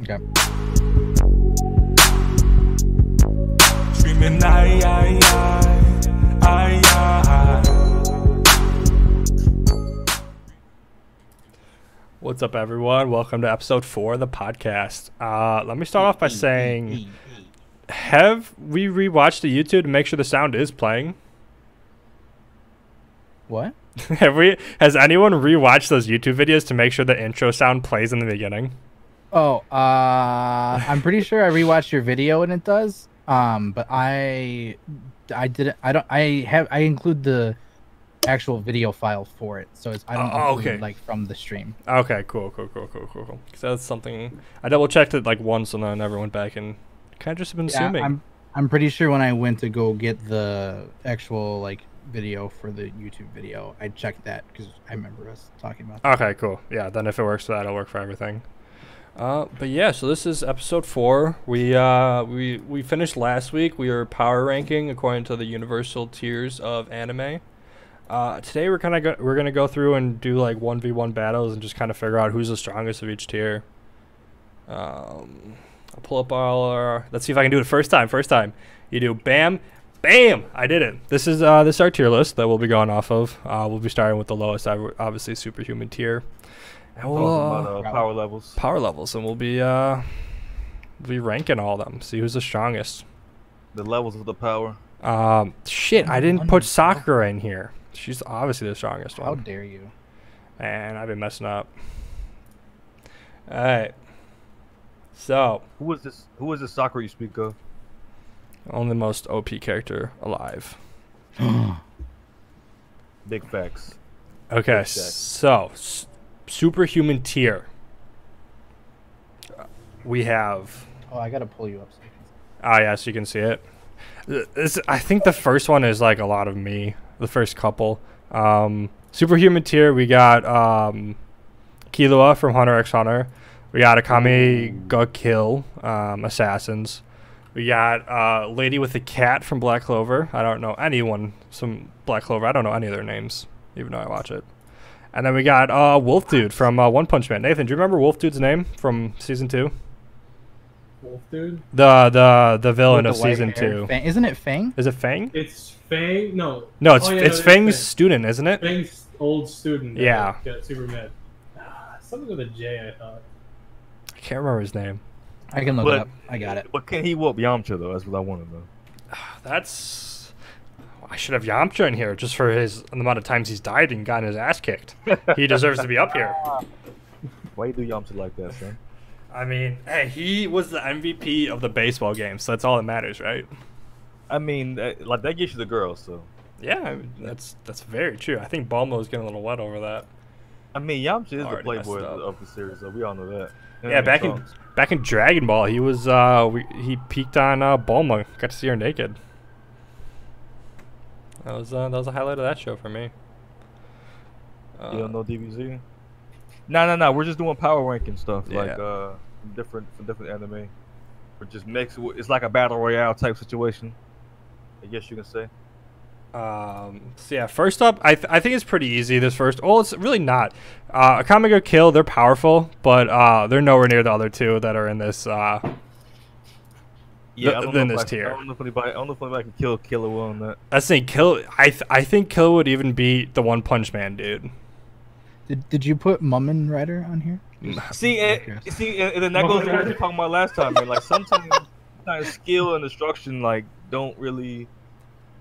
Okay. Screaming, ay, ay, ay, ay, ay. What's up, everyone? Welcome to episode four of the podcast. Uh, let me start off by saying, have we rewatched the YouTube to make sure the sound is playing? What? have we? Has anyone rewatched those YouTube videos to make sure the intro sound plays in the beginning? Oh, uh, I'm pretty sure I rewatched your video and it does. Um, but I, I didn't. I don't. I have. I include the actual video file for it, so it's. I don't. Oh, include, okay. Like from the stream. Okay, cool, cool, cool, cool, cool, cool. Because that's something I double checked it like once and I never went back and kind of just been Yeah, assuming. I'm. I'm pretty sure when I went to go get the actual like video for the YouTube video, I checked that because I remember us talking about. That. Okay, cool. Yeah, then if it works for that, it'll work for everything. Uh, but yeah, so this is episode four. We uh, we we finished last week. We are power ranking according to the universal tiers of anime. Uh, today we're kind of go- we're gonna go through and do like one v one battles and just kind of figure out who's the strongest of each tier. Um, I'll pull up all our. Let's see if I can do it first time. First time, you do bam, bam. I did it. This is uh, this is our tier list that we'll be going off of. Uh, we'll be starting with the lowest, ob- obviously superhuman tier. And we'll, Talking uh, about, uh, Wow. power levels. power levels, and we'll be uh, we'll be ranking all of them. See who's the strongest. The levels of the power. Um, shit, I didn't Wonderful. put Sakura in here. She's obviously the strongest How one, dare you? and I've been messing up. All right, so Who was this? Who was this soccer you speak of? only the most OP character alive. Big facts. Okay, Big stack. so s- superhuman tier. We have. Oh, I gotta pull you up. So I can see. Ah, yes, you can see it. Th- This, I think the first one is like a lot of me. The first couple. Um, superhuman tier. We got um, Killua from Hunter x Hunter. We got Akami Go Kill um, Assassins. We got uh, Lady with the Cat from Black Clover. I don't know anyone from Black Clover. I don't know any of their names, even though I watch it. And then we got uh, Wolf Dude from uh, One Punch Man. Nathan, do you remember Wolf Dude's name from season two? Wolf dude? The the the villain With of the white Oh, season hair. two. Fang- isn't it Fang? Is it Fang? It's Fang. No. No, it's Oh, yeah, it's it is Fang's Fang. student, isn't it? Fang's old student. that Yeah. Got super mad. Ah, something with a J, I thought. I can't remember his name. I can look What? it up. I got it. But can he whoop Yamcha though? That's what I want to know. That's I should have Yamcha in here just for his the amount of times he's died and gotten his ass kicked. he deserves to be up here. Why you do Yamcha like that, son? I mean, hey, he was the MVP of the baseball game, so that's all that matters, right? I mean, that, like that gets you the girls. So Yeah, I mean, that's that's very true. I think Balmo's getting a little wet over that. I mean, Yamcha is the Already messed playboy up. of the, of the series. So we all know that. Yeah, back in back in Dragon Ball, he was uh we, he peaked on uh Bulma. Got to see her naked. That was uh, that was a highlight of that show for me. Uh, you don't know DBZ. No, no, no. We're just doing power ranking stuff, like Yeah. uh, from different from different anime. We're just mixed. with- It's like a battle royale type situation. I guess you can say. Um, so yeah, first up, I, th- I think it's pretty easy. This first, well, it's really not. Uh, Akamago Kill, they're powerful, but uh, they're nowhere near the other two that are in this. Uh, Yeah, Th- I don't than know if this I, tier. I don't know if anybody. I don't know if anybody can kill Killua on that. I think Kill. I th- I think Kill would even beat the One Punch Man dude. Did, did you put Mummin Rider on here? See, and, Okay. see, and, and then that goes to what we were talking about last time. Man. Like sometimes, sometimes skill and instruction like don't really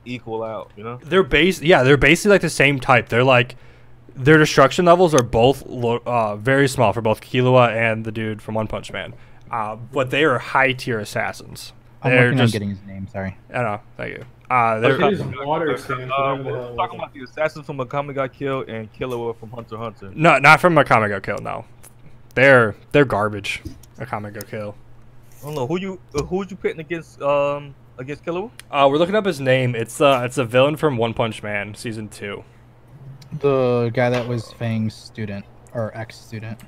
equal out. You know, They're base. Yeah, they're basically like the same type. They're like their destruction levels are both lo- uh, very small for both Killua and the dude from One Punch Man. Uh, but they are high tier assassins. I'm they're working just. on getting his name. Sorry. I don't know. Thank you. Uh, It they're. is water Uh, sand, whatever the hell we're it talking was. about the assassins from Akame got killed and Killua from Hunter x Hunter. No, not from Akamago Kill. No, they're they're garbage. Akamago Kill. I don't know who you uh, who'd you pitting against um against Killua. Uh, we're looking up his name. It's uh, it's a villain from One Punch Man season two. The guy that was Fang's student or ex student.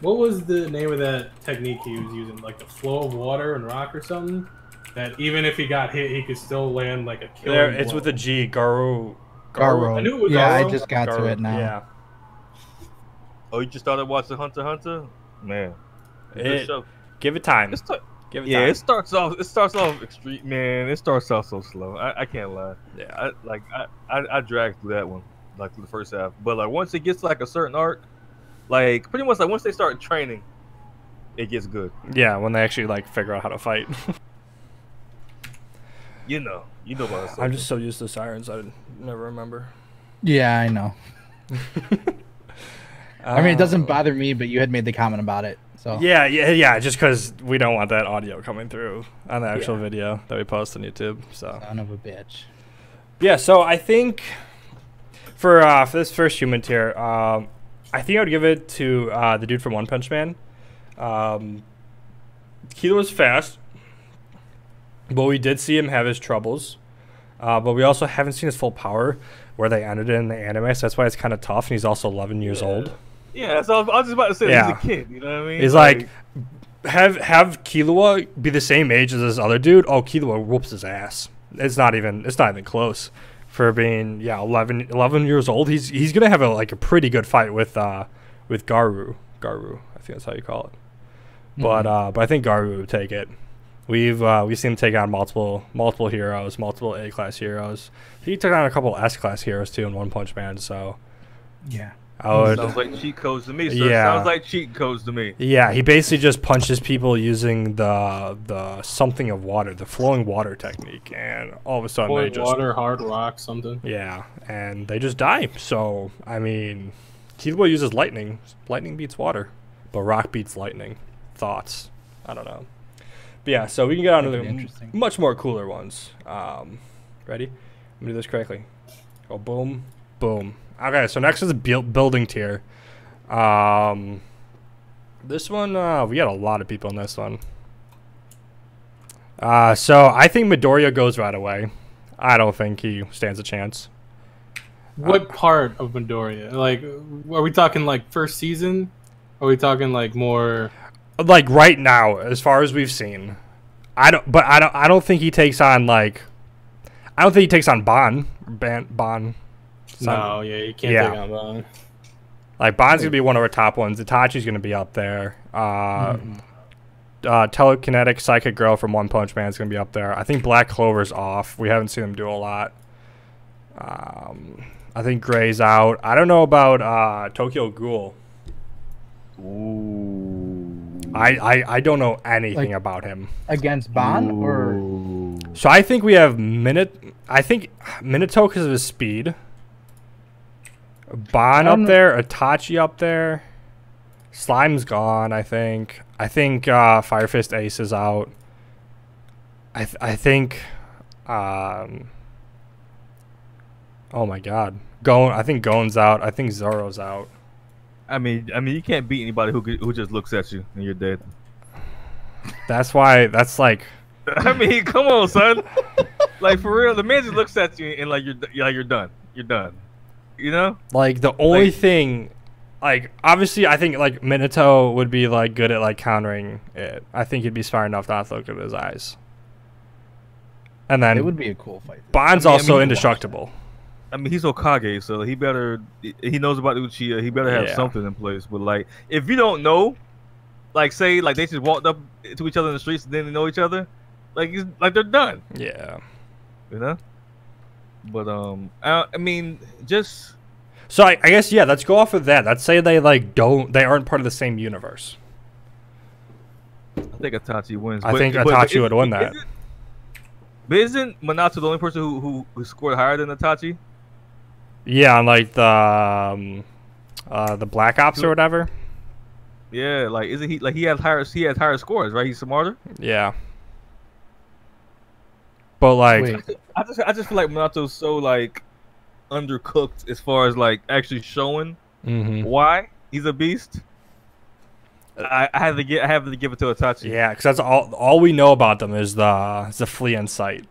What was the name of that technique he was using? Like the flow of water and rock or something? That even if he got hit, he could still land like a There, killer. it's with a G. Garu. Garo. I knew it was yeah, I Garo. just got to Garu, it now. Yeah. Oh, you just started watching Hunter x Hunter. Man, good It, show. Give it time. It's tough. Give it yeah, time. it starts off. It starts off extreme, man. It starts off so slow. I, I can't lie. Yeah. I like I, I I dragged through that one, like through the first half. But like once it gets like a certain arc, like pretty much like once they start training, it gets good. Yeah, when they actually like figure out how to fight. You know, you know about it. I'm just so used to sirens, I never remember. Yeah, I know. I mean, it doesn't bother me, but you had made the comment about it. So Um, Yeah, yeah, yeah. Just because we don't want that audio coming through on the actual video that we post on YouTube. So son of a bitch. yeah, so I think for uh, for this first human tier, um, I think I would give it to uh, the dude from One Punch Man. Um, Keeler was fast, but we did see him have his troubles. Uh, but we also haven't seen his full power where they ended it in the anime, so that's why it's kind of tough. And he's also 11 years Yeah. old. yeah. That's all, I was just about to say. Yeah. He's a kid. You know what I mean? He's like, have have Kilua be the same age as this other dude. Oh, Kilua whoops his ass. It's not even it's not even close for being yeah 11, 11 years old. He's he's gonna have a like a pretty good fight with uh with Garu Garu. I think that's how you call it. But uh, but I think Garu would take it. We've uh, we've seen him take on multiple multiple heroes, multiple A class heroes. He took on a couple S class heroes too in One Punch Man. So Yeah. I would sounds like cheat codes to me. Sir. Yeah. sounds like cheat codes to me. Yeah, he basically just punches people using the the something of water, the flowing water technique, and all of a sudden they Boy, just water, hard rock, something. yeah, and they just die. So I mean, Kidobo uses lightning. Lightning beats water, but rock beats lightning. Thoughts? I don't know. But yeah, so we can get on to the That'd be m- interesting. much more cooler ones. Um, ready? Let me do this correctly. Go boom, boom. Okay, so next is build, building tier. Um, this one uh, we got a lot of people in this one. Uh, so I think Midoriya goes right away. I don't think he stands a chance. Uh, What part of Midoriya? Like, are we talking like first season? Are we talking like more? Like right now, as far as we've seen, I don't. But I don't. I don't think he takes on like. I don't think he takes on Bon. Ban, bon. no, yeah, you can't Yeah. take on that. Like Bond's gonna be one of our top ones. Itachi's gonna be up there. Uh, uh, telekinetic psychic girl from One Punch Man's gonna be up there. I think Black Clover's off. We haven't seen him do a lot. Um, I think Gray's out. I don't know about uh, Tokyo Ghoul. Ooh. I, I, I don't know anything Like- about him. Against Bond or So I think we have Minute. I think Minato because of his speed. Bon I up don't- there, Itachi up there. Slime's gone. I think. I think uh, Fire Fist Ace is out. I th- I think. Um, oh my God, Gon. I think Gon's out. I think Zoro's out. I mean, I mean, you can't beat anybody who could- who just looks at you and you're dead. That's why. That's like. I mean, come on, son. like for real, the man just looks at you and like you're d- like you're done. You're done. You know? Like the only Like- thing, like obviously, I think like Minato would be like good at like countering it. I think he'd be smart enough not to look at his eyes. And then it would be a cool fight. Bond's I mean- I also mean- indestructible. I mean, he's Okage, so he better he- he knows about Uchiha. He better have Yeah. something in place. But like, if you don't know, like say like they just walked up to each other in the streets and didn't know each other, like it's, like they're done. Yeah. You know? But um, I, I mean, just So I, I guess yeah, let's go off of that. Let's say they like don't they aren't part of the same universe. I think Itachi wins. I think Itachi would win that. Isn't, but isn't Minato the only person who, who who scored higher than Itachi? Yeah, on like the um, uh, the Black Ops or whatever. Yeah, like isn't he like he has higher he has higher scores, right? He's smarter. Yeah. But like Wait, I just I just feel like Minato's so like undercooked as far as like actually showing Mm-hmm. mhm. why he's a beast. I, I have to get I have to give it to Itachi. Yeah, because that's all all we know about them is the is the flea in sight.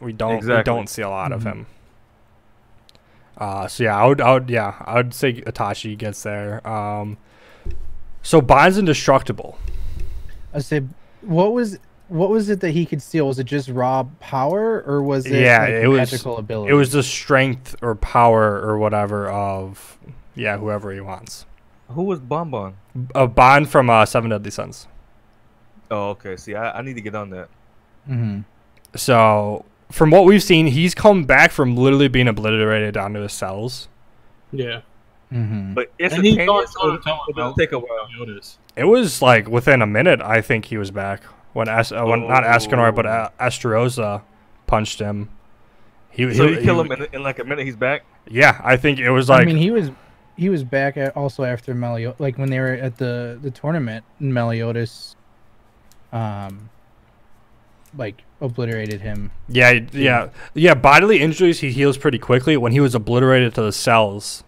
We don't we Exactly. don't see a lot of Mhm. him. Uh, so yeah, I would, I would yeah I would say Itachi gets there. Um, so Bond's indestructible. I said, what was what was it that he could steal? Was it just raw power or was it Yeah, like, it was- magical ability? It was the strength or power or whatever of yeah whoever he wants. Who was Bonbon? A Bond from uh, Seven Deadly Sins. Oh, okay. See, I, I need to get on that. hmm So from what we've seen, he's come back from literally being obliterated down to his cells. Yeah. hmm But it's And he's a gone gone, to the top it'll about take a while. Yoda's. It was like within a minute, I think he was back when As- uh, when not Escanor but Oh. a- Asteroza punched him. He, So he- you kill he- him in, in like a minute, he's back. Yeah, I think it was like I mean, he was he was back at, also after Melio, like when they were at the the tournament. Meliodas, um, like obliterated him. Yeah, y- yeah, yeah. Bodily injuries he heals pretty quickly. When he was obliterated to the cells,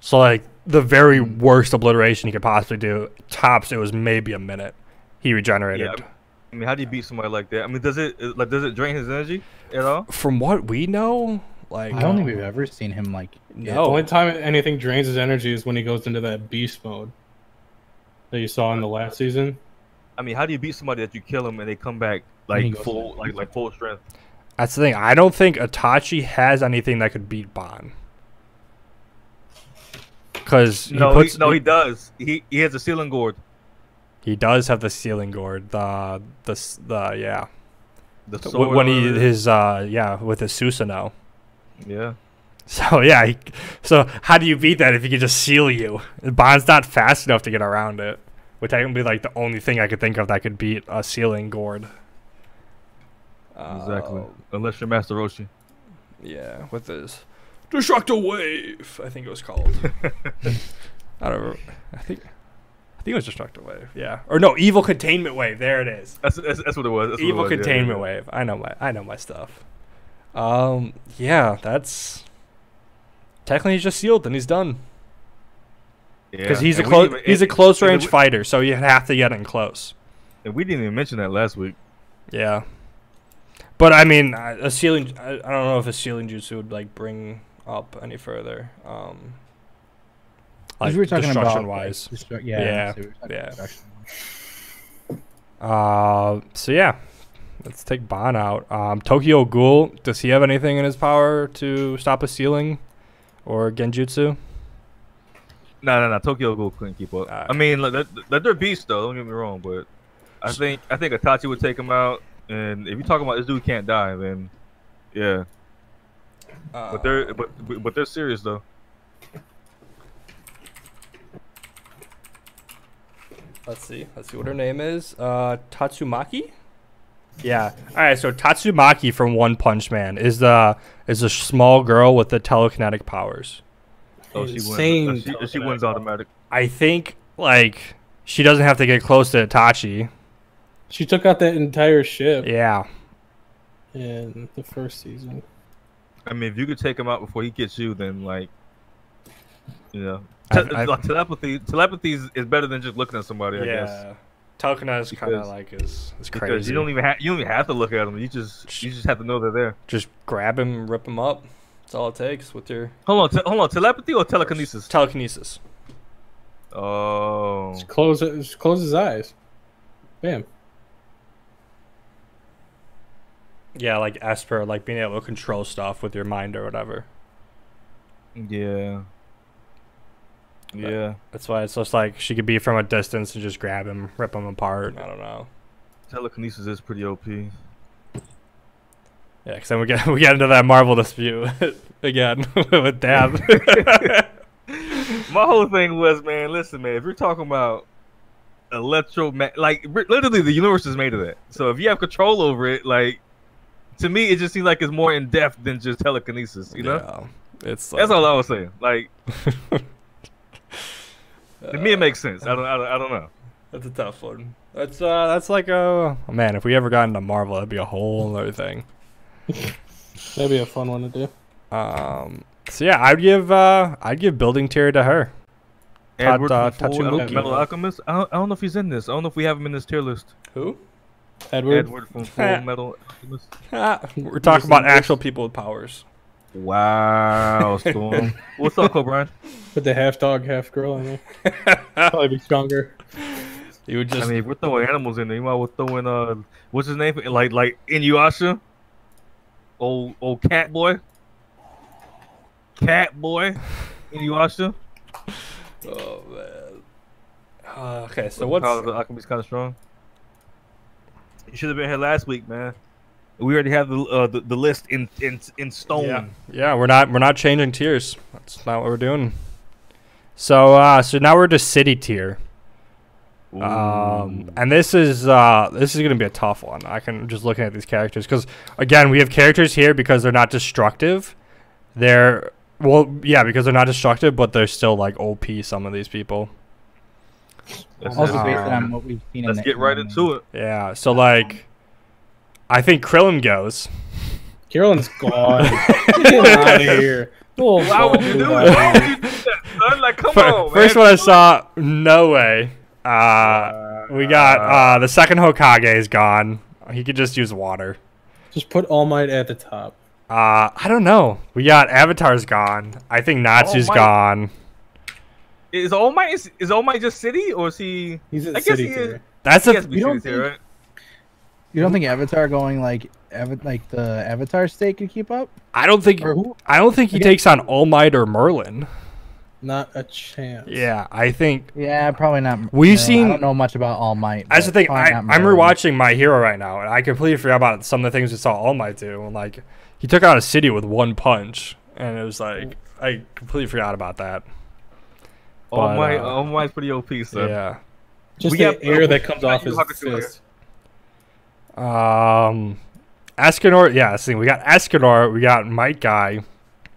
so like the very Hmm. Mm. worst obliteration he could possibly do tops it was maybe a minute. He regenerated. I mean, how do you beat somebody like that? I mean, does it like does it drain his energy at all? From what we know, like I don't think we've ever seen him like. The only no, time anything drains his energy is when he goes into that beast mode that you saw in the last season. I mean, how do you beat somebody that you kill them and they come back he like goes full, like like full strength? that's the thing. I don't think Itachi has anything that could beat Bon. Because he no, puts he, no, he does. He he has a ceiling gourd. he does have the sealing gourd. The the s- the yeah. The W- when he sword. his uh yeah with his Susanoo. yeah, So yeah, he- so how do you beat that if he can just seal you? Bond's not fast enough to get around it, which I can be like the only thing I could think of that could beat a sealing gourd. exactly. Uh, Unless you're Master Roshi. yeah, with his destructive wave, I think it was called. I don't. Remember. I think. I think it was destructive wave. Yeah, or no, evil containment wave. There it is. That's, that's, that's what it was. That's what it evil was, yeah, yeah, containment yeah. wave. I know my I know my stuff. Um yeah, that's technically he's just sealed and he's done because Yeah, he's a and we didn't close even- he's a and- close and range we- fighter, so you have to get in close. And we didn't even mention that last week. Yeah, but I mean I- a sealing. I, I don't know if a sealing jutsu would like bring up any further. Um, 'cause we were talking about destruction like, wise. destru- yeah, Yeah, so we were talking yeah. destruction. Uh, so yeah, let's take Bon out. Um, Tokyo Ghoul, does he have anything in his power to stop a sealing or Genjutsu? No, no, no. Tokyo Ghoul couldn't keep up. Uh, I mean, like, they're, they're- they're beasts, though. Don't get me wrong, but I think I think Itachi would take him out. And if you're talking about this dude can't die, then yeah. Uh, But they're but but- but they're serious though. let's see, let's see what her name is. Uh, Tatsumaki. Yeah. All right. So Tatsumaki from One Punch Man is the is a small girl with the telekinetic powers. So she wins. Insane Uh, She, if she wins automatic. I think like she doesn't have to get close to Itachi. She took out that entire ship Yeah. in the first season. I mean, if you could take him out before he gets you, then like, you know, I've- Te- I've- like, telepathy telepathy is, is better than just looking at somebody. I guess Telekinetic kind of Because- like is is because crazy. you don't e- even have you don't even have to look at them. You just you just have to know they're there. just grab him, rip him up. That's all it takes with your Hold on, te- hold on. Telepathy or telekinesis? telekinesis. Oh, Just close, just close his eyes. Bam. Yeah, like Esper, like being able to control stuff with your mind or whatever. yeah, yeah. That's why it's just like she could be from a distance and just grab him, rip him apart. I don't know. Telekinesis is pretty OP. Yeah, because then we get we get into that Marvel dispute again with Dab. My whole thing was, man, listen, man, if you're talking about electro, like r- literally the universe is made of that. So if you have control over it, like to me, it just seems like it's more in depth than just telekinesis. You know, yeah, it's like- that's all I was saying. Like to me, it makes sense. I don't, I don't, I don't know. That's a tough one. That's uh, that's like a man. If we ever got into Marvel, that'd be a whole other thing. That'd be a fun one to do. Um, so yeah, I'd give uh, I'd give building tier to her. Ta- Edward ta- from Ford, uh, Tatsumuki. Metal Alchemist. I don't, I don't know if he's in this. I don't know if we have him in this tier list. Who? Edward, Edward from Full Metal Alchemist. We're talking about actual people with powers. Wow, Storm. What's up, Cobrian? put the half dog, half girl in there. Probably be stronger. You would I just mean, if we're throwing animals in there, you might well throw in uh, what's his name? Like like Inuyasha, old old cat boy, cat boy, Inuyasha. Oh man. Uh, okay, so Power what's of the alchemy's kind of strong. You should have been here last week, man. We already have the uh, the, the list in in in stone. Yeah. yeah, we're not we're not changing tiers. That's not what we're doing. So uh so now we're just city tier. Um Ooh. and this is uh this is going to be a tough one. I can just looking at these characters cuz again, we have characters here because they're not destructive. They're well, yeah, because they're not destructive, but they're still like OP some of these people. Let's- Also Uh, based on what we've seen. let's in the get right anime. into it. Yeah. So like I think Krillin goes. Carolyn's gone. Get out of here. Little Why would you do it? fuck. Why would you do that, son? Like, come Fir- on, first Oh, man. one I saw, no way. Uh, we got uh, the second Hokage is gone. He could just use water. Just put All Might at the top. Uh, I don't know. We got Avatar's gone. I think Natsu's Might. gone. Is All Might is, is All Might just city or is he? He's in I guess city he is. tier. That's He has a to be You don't city tier, right? You don't think Avatar going like Ava- like the Avatar state could keep up? I don't think Or who? I don't think he Again- takes on All Might or Merlin. Not a chance. Yeah, I think Yeah, probably not. We've no, seen- I don't know much about All Might. That's the but thing. probably I, not I'm Merlin. rewatching My Hero right now, and I completely forgot about some of the things we saw All Might do. And like, he took out a city with one punch, and it was like I completely forgot about that. All But, Might, uh, All Might's pretty OP, son. Yeah. Just We the got- air that we comes got off his Yu Hakusho here. fist. Um, Escanor. Yeah, that's the thing. We got Escanor. We got Might Guy.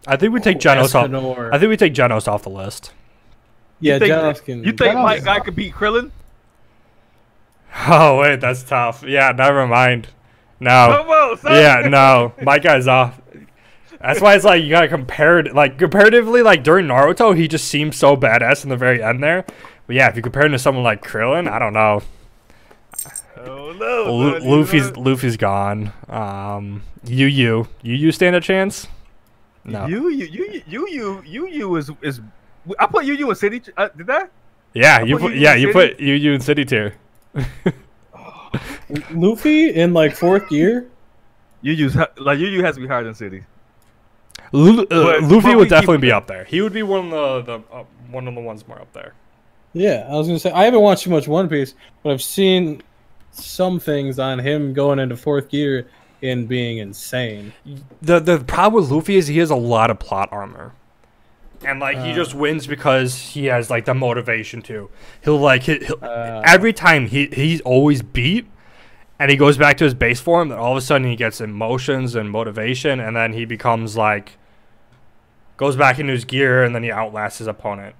I think we take Genos off. Escanor. I think we take Genos off the list. yeah, think- Genos can. You think Genos- Mike Guy could beat Krillin? Oh wait, that's tough. Yeah, never mind. No. Come on, son. Oh. Yeah, no. Might Guy's off. That's why it's like you gotta compare it. Like comparatively, like during Naruto, he just seems so badass in the very end there. But yeah, if you compare him to someone like Krillin, I don't know. Oh no. Lu- son, you Luffy's know- Luffy's gone. Um, Yu Yu, Yu Yu stand a chance? No. You you you you you you you is is. I put you you in city. Uh, did I? Yeah, I you put put Yu Yu yeah in you City. put Yu Yu in City tier. Luffy in like fourth year? You use like you you has to be higher than city. Lu- uh, But- but Luffy we would keep- definitely be up there. He would be one of the, the uh, one of the ones more up there. Yeah, I was gonna say I haven't watched too much One Piece, but I've seen some things on him going into fourth gear and being insane. the The problem with Luffy is he has a lot of plot armor, and like he Uh. just wins because he has like the motivation to. He'll like he- he'll, Uh. every time he he's always beat, and he goes back to his base form. And all of a sudden he gets emotions and motivation, and then he becomes like goes back into his gear, and then he outlasts his opponent.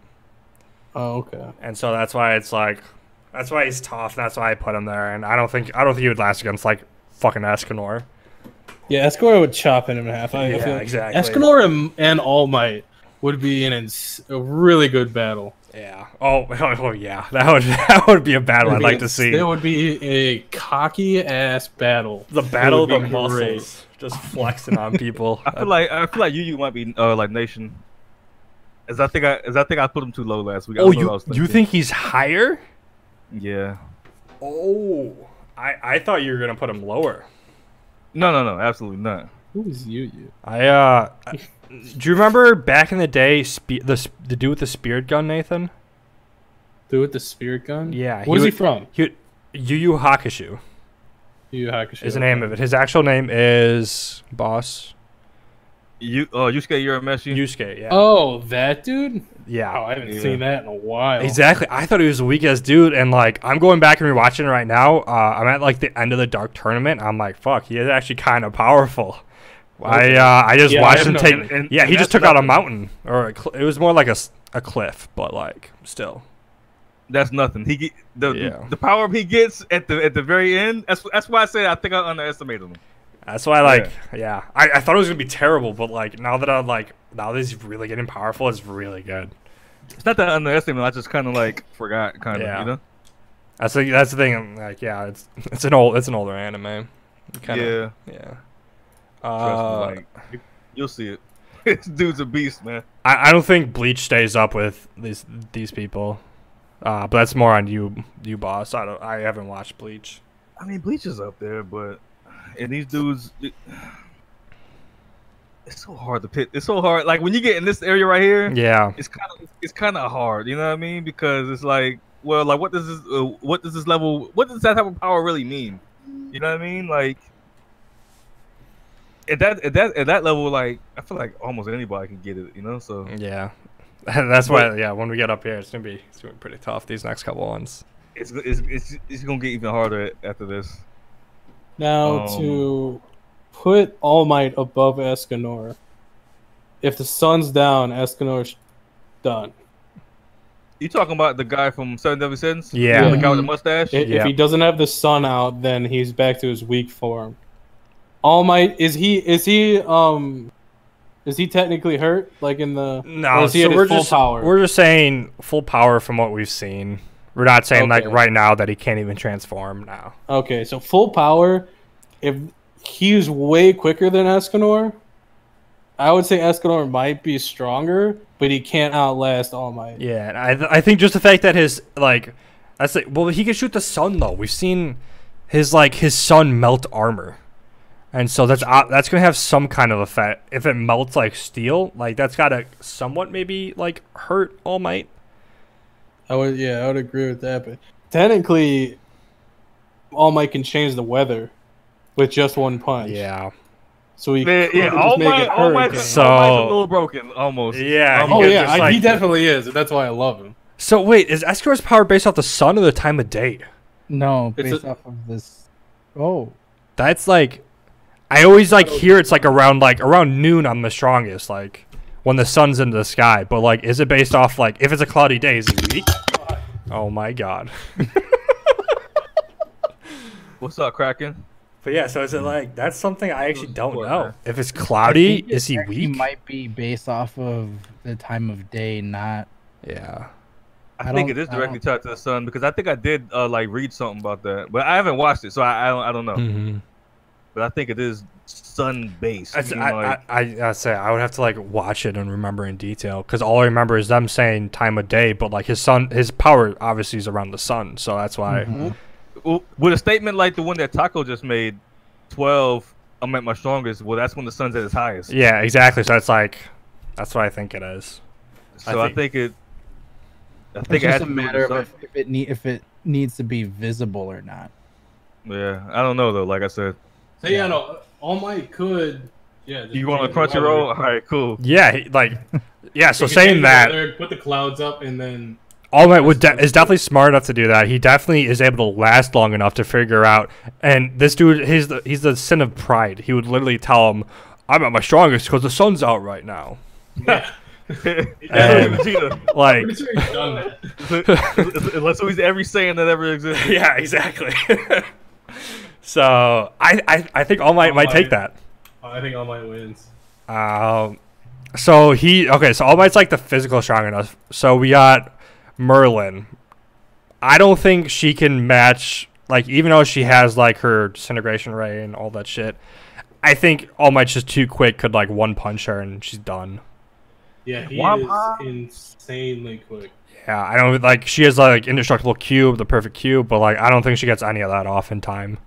Oh, okay. and so that's why it's like that's why he's tough and that's why i put him there and i don't think i don't think he would last against like fucking escanor Yeah, Escanor would chop him in half. I, I Yeah, feel like- exactly. Escanor and, and All Might would be in ins- a really good battle. yeah oh, oh, oh, yeah that would that would be a battle i'd It'd be like a- to see It would be a cocky ass battle. the battle of it the would be great. muscles just flexing on people I feel like I feel like you you might be uh like nation. As I think I as I think I put him too low last week. I oh don't know what I you was you thinking. think he's higher Yeah. oh i i thought you were gonna put him lower No no no absolutely not. Who is you? You? i uh I- do you remember back in the day spe- the, sp- the dude with the spirit gun nathan Dude with the spirit gun? Yeah, he Where's he, would- from? he, yu yu hakushu Yu Yu Hakusho. is the name of it. His actual name is Boss You uh Yusuke Urameshi. Yusuke. Yeah, Oh, that dude? Oh, yeah, I haven't Yeah. seen that in a while. exactly. I thought he was a weak ass dude, and like I'm going back and rewatching it right now. Uh, I'm at like the end of the Dark Tournament. I'm like, fuck, he is actually kind of powerful. I uh, I just Yeah, I watched have him no- take. and- and- yeah, he and just took that's out a mountain nothing. or a cl- it was more like a s- a cliff, but like still. That's nothing. He get the Yeah. the power he gets at the at the very end. That's that's why I said I think I underestimated him. That's why, like, yeah, I, I thought it was gonna be terrible, but like now that I'm like now that he's really getting powerful, it's really good. It's not that I underestimated. him, I just kind of like forgot, kind of. Yeah. You know. That's the, that's the thing. I'm like, yeah, it's it's an old it's an older anime. Kinda, Yeah. Yeah. Trust Uh, me, like, you- you'll see it. this dude's a beast, man. I, I don't think Bleach stays up with these these people. Uh, but that's more on you, you boss. I don't. I haven't watched Bleach. I mean, Bleach is up there, but and these dudes, it- it's so hard to pick. It's so hard. Like when you get in this area right here, Yeah, it's kind of it's kind of hard. You know what I mean? Because it's like, well, like what does this uh, what does this level what does that type of power really mean? You know what I mean? Like at that at that at that level, like I feel like almost anybody can get it. You know, so Yeah. That's why, yeah, when we get up here, it's going to be it's gonna be pretty tough these next couple ones. it's it's it's, it's gonna get even harder after this. Now Um, to put All Might above Escanor. If the sun's down, Escanor's done. You talking about the guy from Seven Deadly Sins? Yeah. the Mm-hmm. guy with the mustache. I- Yeah. If he doesn't have the sun out, then he's back to his weak form. All Might is he is he um is he technically hurt like in the No, or is he so at his we're full just power? we're just saying full power from what we've seen. We're not saying like Okay. right now that he can't even transform now. Okay, so full power. If he's way quicker than Escanor, I would say Escanor might be stronger, but he can't outlast All Might. Yeah, and I th- I think just the fact that his like I say well he can shoot the sun though. We've seen his like his sun melt armor. And so that's uh, that's gonna have some kind of effect. If it melts like steel, like that's gotta somewhat maybe like hurt All Might. I would, yeah, I would agree with that. But technically, All Might can change the weather with just one punch. Yeah. So he Yeah, could yeah, just all make my, it all my, all hurricane. mine's So- a little broken, almost. Yeah, Almost. Oh Because yeah, just I- like- he definitely is. and That's why I love him. So wait, is Escar's power based off the sun or the time of day? No, It's based a- off of this. Oh, That's like, I always like hear it's like around like around noon I'm the strongest like when the sun's in the sky. But like, is it based off like if it's a cloudy day is it weak? Oh my god. What's up, Kraken? But yeah, so is it like that's something I actually don't know. Whatever. If it's cloudy, think it is he actually weak? might be based off of the time of day, not Yeah. I, I think don't- it is I directly don't- tied to the sun because I think I did uh, like read something about that, but I haven't watched it, so I, I don't I don't know. Mm-hmm. But I think it is sun based. I, I, I, I say I would have to like watch it and remember in detail because all I remember is them saying time of day, but like his sun, his power obviously is around the sun, so that's why. Mm-hmm. with a statement like the one that Taco just made, twelve, I'm at my strongest. Well, that's when the sun's at its highest. Yeah, exactly. So it's like, that's what I think it is. So I think- think, it. I It's think it has just to a do with the matter of sun. if, if it need if it needs to be visible or not. Yeah, I don't know though. Like I said, So yeah, no, All Might could. Yeah. just you going on change the weather. Crunchyroll? All right, cool. Yeah, he- like, yeah. So He could change saying the that, weather, put the clouds up, and then All Might would de- is definitely smart enough to do that. He definitely is able to last long enough to figure out. And this dude, he's the he's the sin of pride. He would literally tell him, "I'm at my strongest because the sun's out right now." That's what Vegeta. Like, pretty sure he's done that. Let's lose every saying that ever existed. yeah, exactly. so I, I I think All Might All might take that. Might. I think All Might wins. Um, so he okay. So All Might's like the physical strong enough. So we got Merlin. I don't think she can match. Like even though she has like her disintegration ray and all that shit, I think All Might's just too quick. Could like one punch her and she's done. Yeah, he Womp is hop. insanely quick. Yeah, I don't like she has like indestructible cube, the perfect cube, but like I don't think she gets any of that off in time.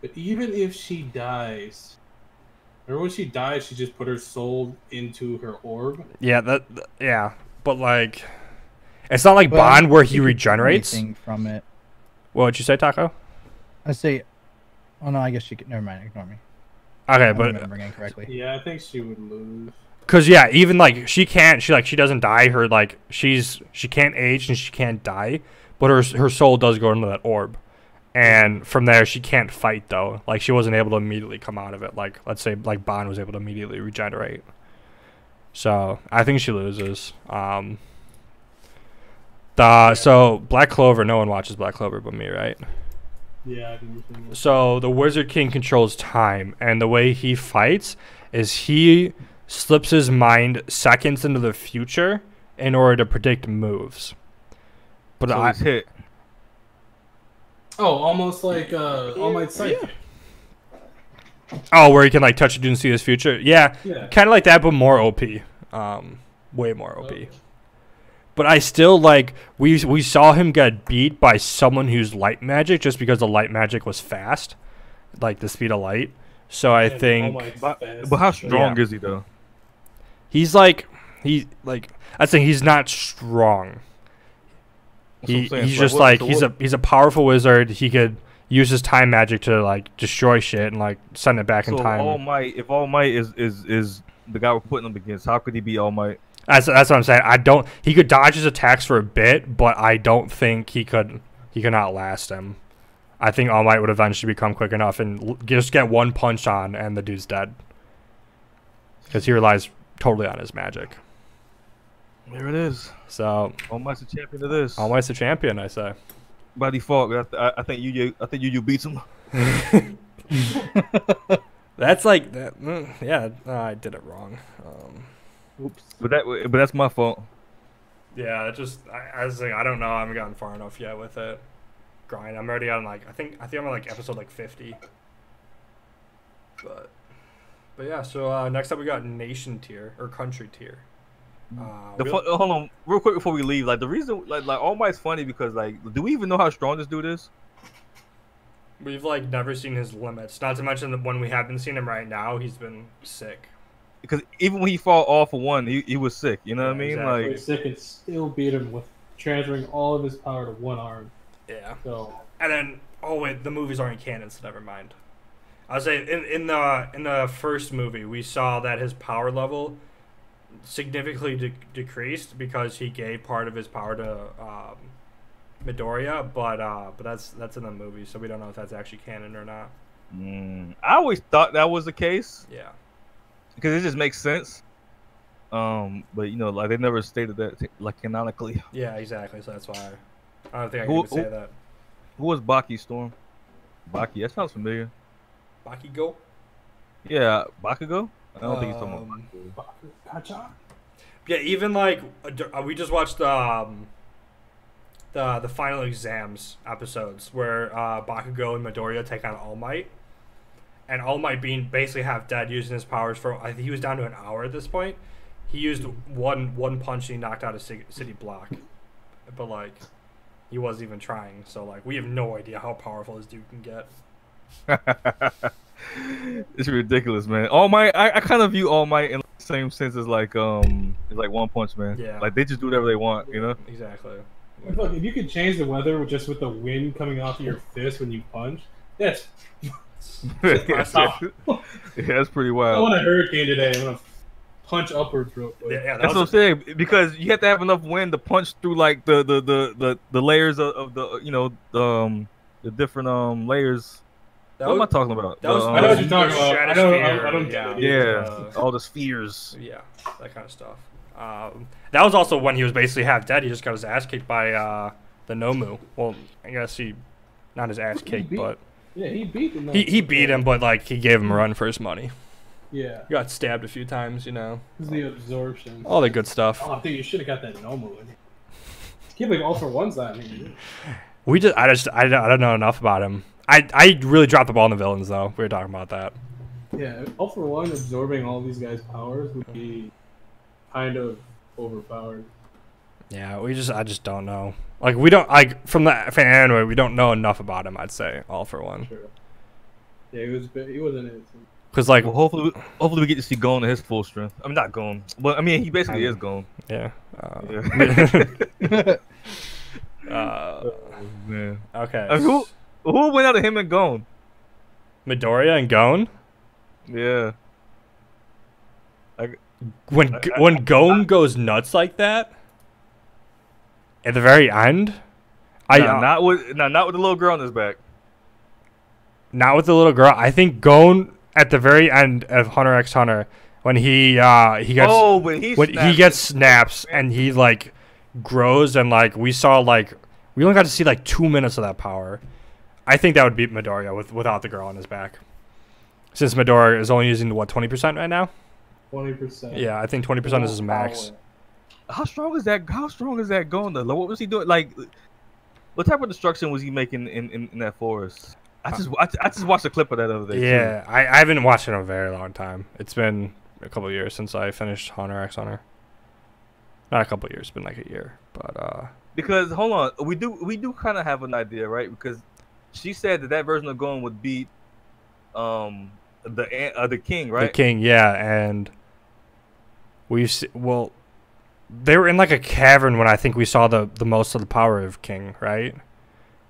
But even if she dies, remember when she died, she just put her soul into her orb. Yeah, that th- yeah, but like it's not like But I don't Bond where think he could do regenerates. anything from it. What would you say, Taco? I say, oh no, I guess you could. Never mind, ignore me. Okay, I'm but remembering incorrectly. Yeah, I think she would lose. Cause yeah, even like she can't. She like she doesn't die. Her like she's she can't age and she can't die. But her her soul does go into that orb, and from there she can't fight though. Like she wasn't able to immediately come out of it. Like let's say like Bond was able to immediately regenerate. So I think she loses. Um. The so Black Clover. No one watches Black Clover but me, right? Yeah, I can understand that. So the Wizard King controls time, and the way he fights is he slips his mind seconds into the future in order to predict moves. But So I, he's hit. Oh, almost like uh, All Might's psychic. oh, where he can like touch a dude and see his future, yeah, Yeah. kind of like that, but more OP, um, way more OP. But I still like we we saw him get beat by someone who's light magic just because the light magic was fast, like the speed of light. So I And oh think All Might's But, fast. but how strong Yeah. is he though? He's like he like I think he's not strong. what I'm He, saying. he's Like, just what- like so he's what- a he's a powerful wizard. He could uses time magic to like destroy shit and like send it back So oh in time. All Might, if All Might is is is the guy we're putting him against, how could he be All Might? That's that's what I'm saying. I don't. He could dodge his attacks for a bit, but I don't think he could. He could not last him. I think All Might would eventually become quick enough and l- just get one punch on, and the dude's dead. Because he relies totally on his magic. There it is. So All Might's the champion of this. All Might's the champion, I say. By default, I, th- I think you I think you beats him. That's like that. mm, Yeah, uh, I did it wrong. Um, Oops. But that but that's my fault. yeah, it just I, I was like, I don't know. I haven't gotten far enough yet with it. Grind. I'm already on like I think I think I'm on like episode like 50. But but yeah. So uh, next up we got nation tier or country tier. Uh, The we- fu- uh, hold on, real quick before we leave, like the reason, like, like All Might's funny because like, do we even know how strong this dude is? we've like never seen his limits. Not to mention that when we haven't seen him right now, he's been sick. Because even when he fought all for one, he, he was sick. You know what I mean? Yeah, Like, Sick and still beat him with transferring all of his power to one arm. Yeah. So And then, oh wait, the movies aren't canon, so never mind. I was saying in, in the in the first movie, we saw that his power level significantly de- decreased because he gave part of his power to um, Midoriya, but uh, but that's that's in the movie, so we don't know if that's actually canon or not. mm, I always thought that was the case Yeah, because it just makes sense. Um, but you know, like they never stated that like canonically. yeah, exactly. So that's why I, I don't think I can Who- even say who- that. Who was Baki Storm? Baki, that sounds familiar. Bakugo. Yeah, Bakugo. I don't think he's talking about. Um, Bakugo. gotcha. Yeah, even like uh, d- uh, we just watched um, the the final exams episodes where uh, Bakugo and Midoriya take on All Might, and All Might being basically half dead using his powers for I think he was down to an hour at this point. He used one one punch and he knocked out a ci- city block, but like he wasn't even trying. So like we have no idea how powerful this dude can get. it's ridiculous, man. All my I, I kind of view All Might in the same sense as like um it's like One Punch Man. Yeah. Like they just do whatever they want, you know. Exactly. Look, if you could change the weather with just with the wind coming off of your fist when you punch, that's. yeah, impressive. that's pretty I Oh. wild. want a hurricane today. I'm gonna punch upwards real quick. Yeah, yeah, that That's what I'm was- saying because you have to have enough wind to punch through like the the the the, the layers of, of the you know the, um the different um layers. that what am I was- talking about? that was- The, I know what um, you're talking about. I don't. I, I don't Yeah. get it. yeah, Uh, all the spheres. yeah, that kind of stuff. Um, that was also when he was basically half dead. He just got his ass kicked by uh, the Nomu. Well, I guess he, not his ass kicked, beat- but Yeah, he beat him. he, he beat him, but like he gave him a run for his money. Yeah, He got stabbed a few times, you know, it was the absorption. all the good stuff. Oh, dude, you should have got that Nomu in here. Keep like all for ones on here. dude. We just, I just, I, don't- I don't know enough about him. I, I really dropped the ball on the villains though. We were talking about that. Yeah, all for one absorbing all these guys' powers would be kind of overpowered. Yeah, we just, I just don't know. Like we don't like from the fan anime, we don't know enough about him. I'd say all for one, Sure. Yeah, he was. He wasn't it. because like, Well, hopefully, hopefully we get to see Gone in his full strength. I'm mean, not Gone, but I mean he basically is Gone. yeah. Uh, Yeah. uh, Man. okay. Uh, who who went out of him and Gone? Midoriya and Gon. Yeah. When G- when Gon goes nuts like that, at the very end, I nah, uh, not, not with nah, not with the little girl on his back. with the little girl. I think Gon at the very end of Hunter X Hunter, when he uh he gets oh, but he when he snapped. gets snaps and he like grows and like we saw like we only got to see like two minutes of that power. I think that would beat Midoriya with without the girl on his back, since Midoriya is only using what twenty percent right now. Twenty percent. Yeah, I think twenty percent is his max. How strong is that? How strong is that going though? Like, what was he doing? Like, what type of destruction was he making in, in, in that forest? I just I, I just watched a clip of that other day. too. Uh, Yeah, I, I haven't watched it in a very long time. It's been a couple of years since I finished Hunter X Hunter. Not a couple of years, it's been like a year. But uh, Because hold on, we do we do kind of have an idea, right? Because she said that that version of Gon would beat, um, the an- uh, the king, right? the King, yeah, and we've se- well, they were in like a cavern when I think we saw the the most of the power of King, right?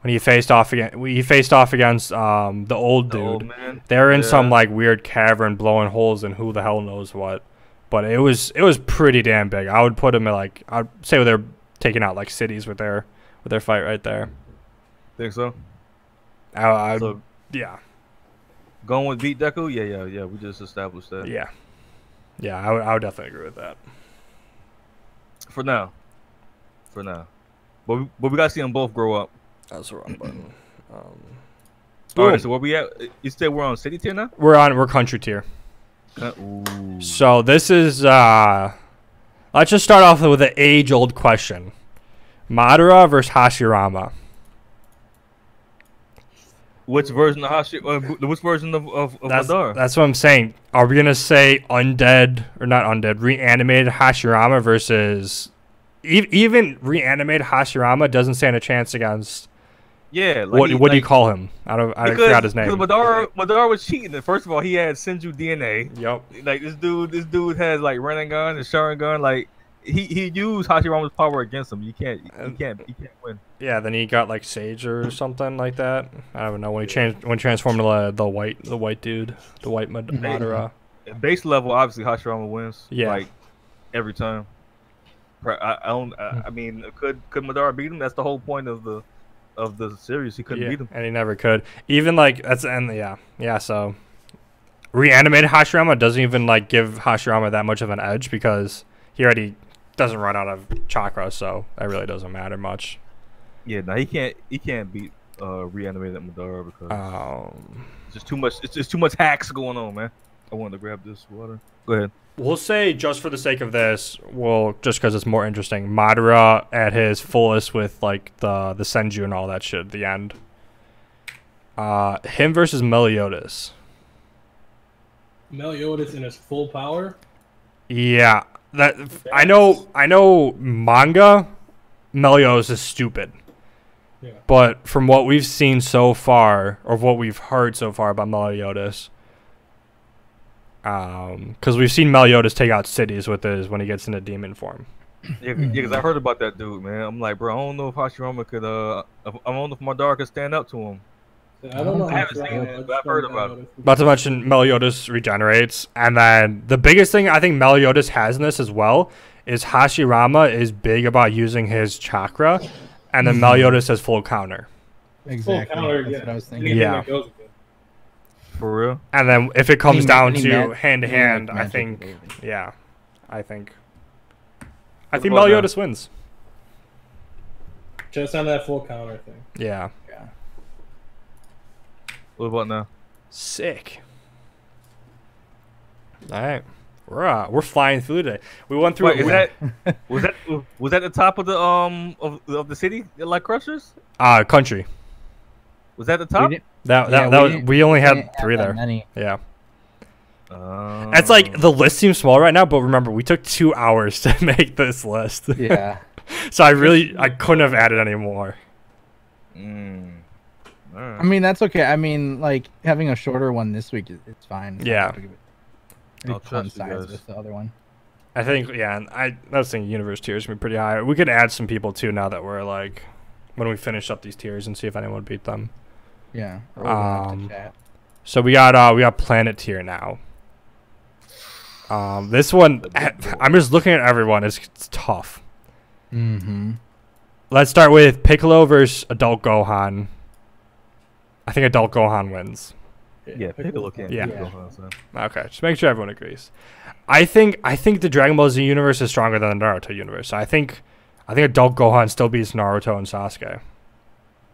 when he faced off again. He faced off against um, the old The dude. old man. They're in some Yeah. like weird cavern blowing holes and who the hell knows what. But it was it was pretty damn big. I would put them at like I'd say they're taking out like cities with their with their fight right there. Think so? I, I so yeah going with beat Deku? Yeah, yeah, yeah. We just established that. yeah yeah I would I would definitely agree with that. For now. For now. But we, but we gotta see them both grow up. That's the wrong button. Um, All right. Boom. So where we at? You said we're on city tier now. we're on we're country tier. Uh, ooh. So this is uh let's just start off with an age old question. Madara versus Hashirama. Which version of Hashi? Uh, which version of of, of That's, Madara? that's what I'm saying. Are we gonna say undead or not undead? Reanimated Hashirama versus e- even reanimated Hashirama doesn't stand a chance against yeah. Like what he- what do you like- call him? I don't I Because, forgot his because name. Madara, Madara was cheating. First of all, he had Senju DNA. Yep. Like this dude, this dude has like Renengan and Sharingan. Like he he used Hashirama's power against him. You can't, you Um, can't, you can't win. Yeah, then he got like Sage or something like that. I don't know when he changed when he transformed to the, the white the white dude the white Mad- Madara. At base level, obviously Hashirama wins. Yeah. like every time. Pro- I, I don't. I, I Hmm. mean, could could Madara beat him? That's the whole point of the of the series. He couldn't yeah, beat him. and he never could. Even like that's and yeah, yeah. So reanimated Hashirama doesn't even like give Hashirama that much of an edge because he already doesn't run out of chakra, so that really doesn't matter much. Yeah, no, he can't. He can't beat uh reanimated Madara because Um, it's just too much. It's just too much hacks going on, man. I wanted to grab this water. Go ahead. we'll say just for the sake of this, well, just because it's more interesting, Madara at his fullest with like the the Senju and all that shit. at The end. Uh, him versus Meliodas. Meliodas in his full power. Yeah, that I know. I know manga Meliodas is stupid, Yeah. but from what we've seen so far, or what we've heard so far about Meliodas, um, because we've seen Meliodas take out cities with his when he gets into demon form. Yeah, because Mm-hmm. I heard about that dude, man. I'm like, bro, I don't know if Hashirama could. Uh, I I don't know if Madara could stand up to him. I don't know. I haven't seen it, but I've heard about it. Not to mention Meliodas regenerates, and then the biggest thing I think Meliodas has in this as well is Hashirama is big about using his chakra, and then Meliodas has full counter. Full Exactly. power. That's yeah. what I was thinking. Anything Yeah. that goes with it. For real? And then if it comes Any ma- down any to ma- hand to any, like, hand, I magic think, ability. yeah, I think, I What think about Meliodas wins. Just on that full counter thing. Yeah, What about now? sick. All right, we're uh, we're flying through today. We went through. Wait, is we- that was that was that the top of the um of, of the city? Like Crushers? uh country? Was that the We top? didn't- That that, Yeah, that we was, didn't- we only we had didn't have three that there. Many. Yeah, Oh. it's like the list seems small right now, but remember we took two hours to make this list, Yeah. so I really I couldn't have added any more. Mm. Alright. I mean, that's okay. I mean, like having a shorter one this week is it's fine. It's not Yeah. that big of a- I'll It trust you coincides guys. with the other one. I think yeah, and I I was thinking universe tiers would be pretty high. We could add some people too now that we're like when we finish up these tiers and see if anyone would beat them. Yeah. or we'll have to Um, chat. So we got uh we got planet tier now. Um, this one I'm just looking at everyone. It's, it's tough. mm-hmm. Mhm. Let's start with Piccolo versus Adult Gohan. I think Adult Gohan wins. yeah, pick a look at Yeah. it. Okay, just make sure everyone agrees. I think I think the Dragon Ball Z universe is stronger than the Naruto universe. I think I think Adult Gohan still beats Naruto and Sasuke.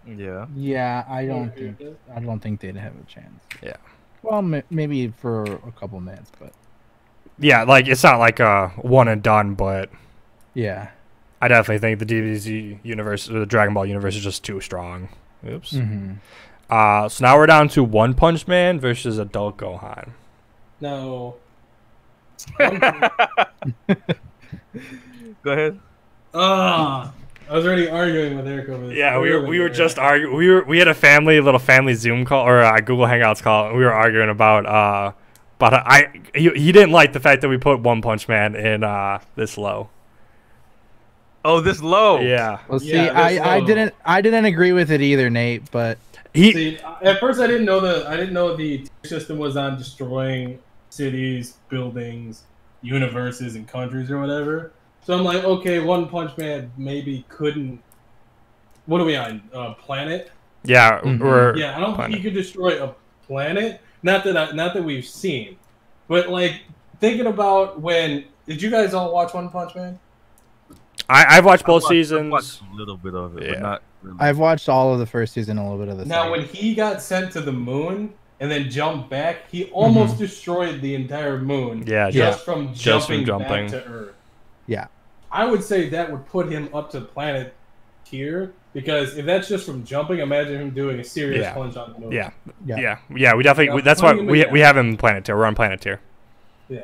Yeah. Yeah, I don't think I don't think they'd have a chance. Yeah. Well, m- maybe for a couple minutes, but yeah, like it's not like a one and done, but yeah. I definitely think the DBZ universe, or the Dragon Ball universe, is just too strong. Oops. Mm-hmm. Mhm. Uh, so now we're down to One Punch Man versus Adult Gohan. No. Go ahead. Ah, I was already arguing with Eric over this. Yeah, we were, earlier. we were just arguing. We were we had a family little family Zoom call or uh, Google Hangouts call, and we were arguing about uh, but I he, he didn't like the fact that we put One Punch Man in uh this low. Oh, this low. Yeah. Well, see, Yeah, there's I, I no- didn't I didn't agree with it either, Nate. But He See, at first I didn't know the I didn't know the tier system was on destroying cities, buildings, universes, and countries or whatever. So I'm like, okay, One Punch Man maybe couldn't. What are we on? Uh, planet? Mm-hmm. yeah, Mhm. we're Yeah, I don't planet. think you could destroy a planet. Not that I, not that we've seen, but like thinking about when did you guys all watch One Punch Man? I, I've watched I both watched- I seasons. watched a little bit of it, Yeah. but not really. I've watched all of the first season, a little bit of the Now, second. when he got sent to the moon and then jumped back, he almost destroyed the entire moon. Yeah, Yeah. just from Just jumping, from jumping. back to Earth. Yeah. I would say that would put him up to planet tier because if that's just from jumping, imagine him doing a serious Yeah. plunge on the moon. Yeah. Yeah. yeah, yeah, We definitely. Yeah, we, that's why putting him we, in we have him in planet tier. We're on planet tier. Yeah.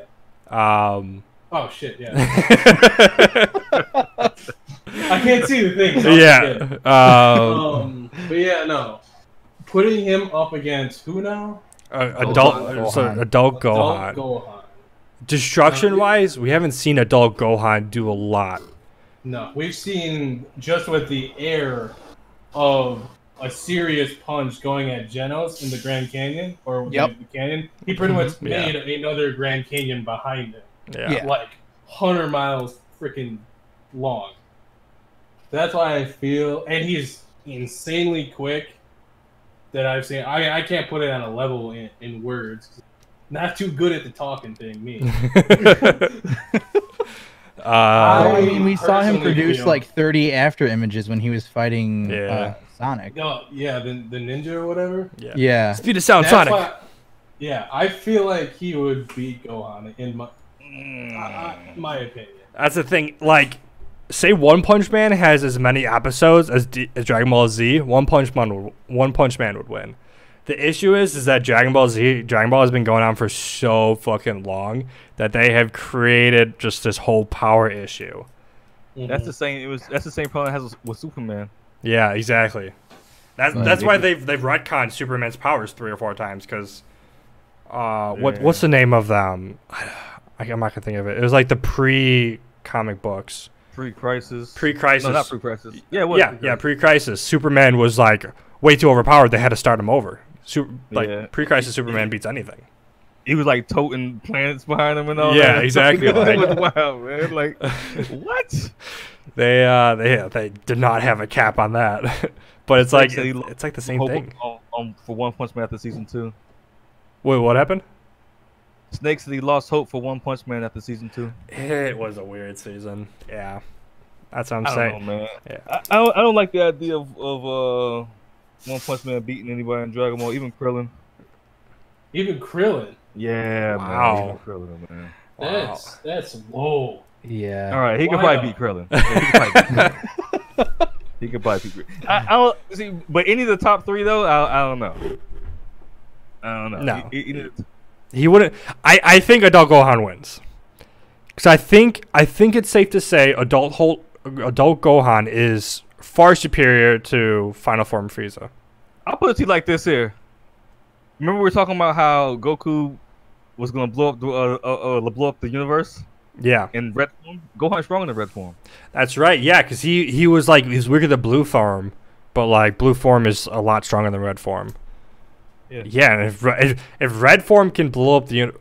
Um. Oh shit! Yeah. yeah. I can't see the thing. so I'm scared. Um. Um, but yeah, no. Putting him up against who now? uh, adult. Gohan. so adult Gohan. Adult Gohan. Destruction wise, we haven't seen adult Gohan do a lot. No, we've seen just with the air of a serious punch going at Genos in the Grand Canyon or Yep. the canyon. He pretty much Mhm. Yeah. made another Grand Canyon behind it, Yeah. Yeah. like hundred miles freaking long. That's why I feel, and he's insanely quick. That I've seen, I I can't put it on a level in, in words. Not too good at the talking thing, me. Well, uh, I mean, we saw him personally produce feel- like 30 after images when he was fighting Yeah. uh, Sonic. No, yeah, the the ninja or whatever. yeah. Yeah. Speed of sound, That's Sonic. why- yeah, I feel like he would beat Gohan in my I- I- my opinion. That's the thing. Like, say One Punch Man has as many episodes as, D- as Dragon Ball Z. One Punch Man would One Punch Man would win. The issue is, is that Dragon Ball Z, Dragon Ball has been going on for so fucking long that they have created just this whole power issue. Mm-hmm. That's the same. It was. That's the same problem it has with Superman. Yeah, exactly. That's Right. that's why they've they've retconned Superman's powers three or four times because, uh, what what's the name of them? I, I'm not gonna think of it. It was like the pre comic books, Pre-crisis. pre crisis. No, not pre-crisis. Yeah, it was yeah, yeah, pre-crisis, Superman was like way too overpowered. They had to start him over. Super, like Yeah. pre-crisis, Superman beats anything. He was like toting planets behind him and all. Yeah, that. exactly, it was like- wild, man. Like, what? They, uh, they, yeah, they did not have a cap on that. but it's like So he lo- it's like the same Hope- thing. um, um, for One Punch Man after season two. Wait, what happened? Snake said he lost hope for One Punch Man after season two. It was a weird season. Yeah, that's what I'm I don't saying. know, man. Yeah. I, I, don't, I don't like the idea of, of uh, One Punch Man beating anybody in Dragon Ball, even Krillin. Mm-hmm. Even Krillin. Yeah, Wow. man. Even Krillin, man. That's that's whoa. Yeah. All right, he could Why probably beat not? Krillin. Yeah, he could probably beat Krillin. He could probably beat Krillin. I, I don't see, but any of the top three though, I, I don't know. I don't know. No. E- e- any of the- He wouldn't. I, I think Adult Gohan wins. Because I think I think it's safe to say Adult Hol- Adult Gohan is far superior to Final Form Frieza. I'll put it to you like this here. Remember we were talking about how Goku was gonna blow up the uh, uh, uh, blow up the universe Yeah, in red form. Gohan's stronger than red form. that's right. Yeah, because he he was like he was weaker than Blue Form, but like Blue Form is a lot stronger than Red Form. Yeah. Yeah, and if re- if, if Red Form can blow up the, uni-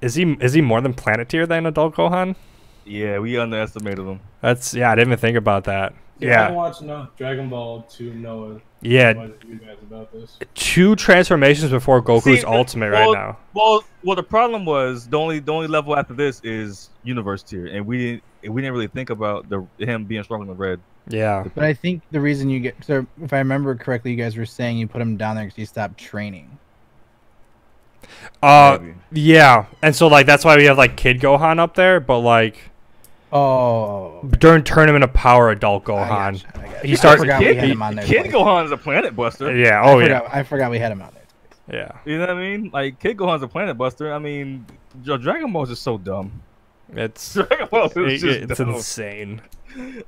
is he is he more than Planeteer than Adult Gohan? Yeah, we underestimated him. That's yeah. I didn't even think about that. I Yeah, don't watch enough Dragon Ball to know yeah. what you guys about this. Two transformations before Goku's See, ultimate right well, now. Well, well, the problem was the only the only level after this is universe tier, and we didn't and we didn't really think about the him being stronger than red. Yeah. But I think the reason you get, so if I remember correctly, you guys were saying you put him down there because he stopped training. Uh maybe. yeah. And so like that's why we have like Kid Gohan up there, but like Oh. during Tournament of Power adult I Gohan. gotcha, I gotcha. He I starts forgot we had him on there. Kid twice. Gohan is a planet buster. Yeah, I oh yeah. forgot- I forgot we had him on there. Yeah. You know what I mean? Like Kid Gohan's a planet buster. I mean, Dra- Dragon Ball is just so dumb. It's Dragon Ball is it- just it's dumb. insane.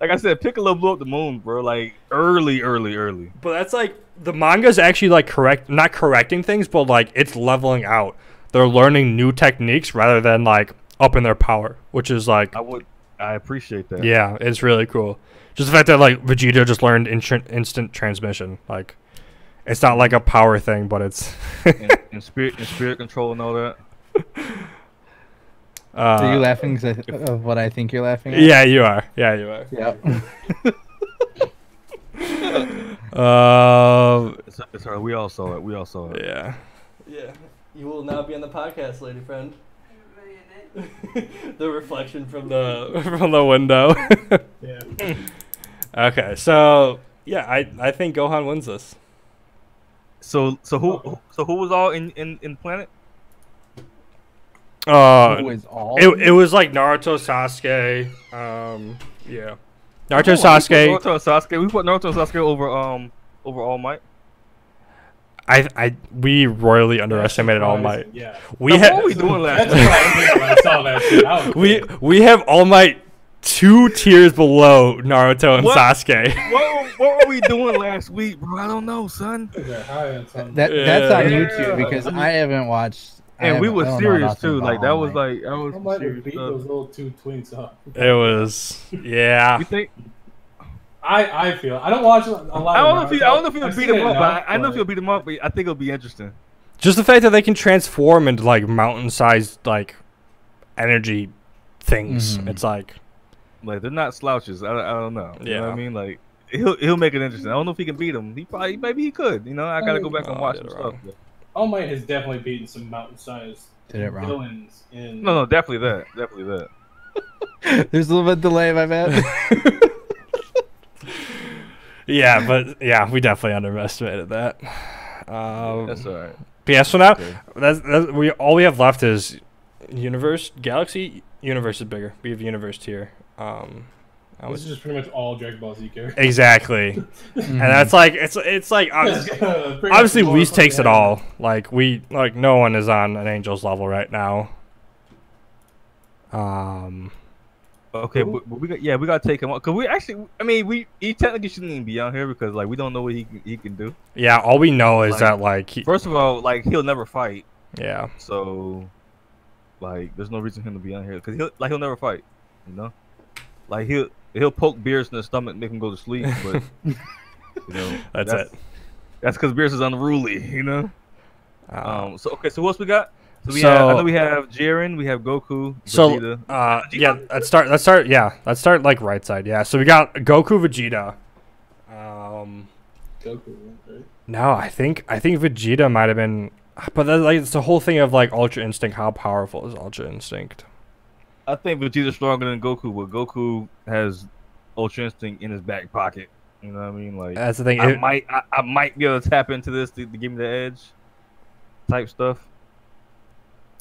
Like I said, Piccolo blew up the moon, bro. Like early, early, early. But that's like the manga's actually like correct not correcting things, but like it's leveling out. They're learning new techniques rather than like upping their power, which is like I would, I appreciate that. Yeah, it's really cool. Just the fact that like Vegeta just learned instant instant transmission. Like, it's not like a power thing, but it's. And, and spirit and spirit control and all that. uh, Are you laughing 'cause I- of what I think you're laughing at? Yeah, you are. Yeah, you are. Yep. Um. It's, it's her. We all saw it. We all saw it. yeah. Yeah. You will now be on the podcast, lady friend. the reflection from the Uh, from the window. Yeah. okay, so yeah, I I think Gohan wins this. So so who who- so who was all in in in planet? Uh, Who is all? it, it was like Naruto, Sasuke. Um, yeah, Naruto, Come on, Sasuke. We put Naruto and Sasuke. We put Naruto and Sasuke over um over All Might. I I we royally underestimated All Might. Yeah. We Now, what had were we doing That's last? what night? I was thinking when I saw that shit. I was we we have All Might two tiers below Naruto and What? Sasuke. what, were- what were we doing last week, bro? I don't know, son. they're high on something. That that's on Yeah. YouTube because I haven't watched. I And we haven't- were I don't know serious nothing too. about Like that All was Might. like that was I some might have serious beat stuff. those little two twinks up. It was yeah. You think? I, I feel I don't watch a lot. I don't know if of you. I don't know if you'll I've beat seen him it up. enough, but I I know if but- you'll beat him up, but I think it'll be interesting. Just the fact that they can transform into like mountain-sized like energy things. Mm-hmm. Mhm. It's like Like they're not slouches. I, I don't know. You know Yeah. what I mean, like he'll he'll make it interesting. I don't know if he can beat him. He probably maybe he could. You know, I gotta go back and Oh, watch did some it stuff. All Might has definitely beaten some mountain sized Did it wrong. villains in No, no, definitely that. Definitely that. There's a little bit of delay, my bad. yeah, but yeah, we definitely underestimated that. Um, That's all right. But yeah, so now Okay. that's, that's we all we have left is universe, galaxy, universe is bigger. We have universe tier. Um, I This was is just pretty much all Dragon Ball Z characters. exactly, and Mm-hmm. that's like it's it's like obviously, obviously Whis takes it all. Like we like no one is on an angel's level right now. Um, Okay, but, but we got yeah, we gotta take him out because we actually. I mean, we he technically shouldn't even be out here because like we don't know what he can, he can do. yeah, all we know is Like- that like he, First of all, like he'll never fight, yeah, so like there's no reason for him to be on here because he'll like he'll never fight. You know, like he'll he'll poke Beers in the stomach, make him go to sleep, but. You know, that's, it. That's because Beers is unruly, you know. Um, Um. So okay. So what else we got? So we So- have. I know we have Jiren. We have Goku. So, Vegeta. uh, Vegeta? yeah, let's start. Let's start. Yeah, let's start like right side. Yeah, so we got Goku, Vegeta. Um, Goku, right? no, I think I think Vegeta might have been, but then, like it's the whole thing of like Ultra Instinct. How powerful is Ultra Instinct? I think Vegeta's stronger than Goku, but Goku has Ultra Instinct in his back pocket. You know what I mean? Like That's the thing. I it- might, I, I might be able to tap into this to, to give me the edge, type stuff.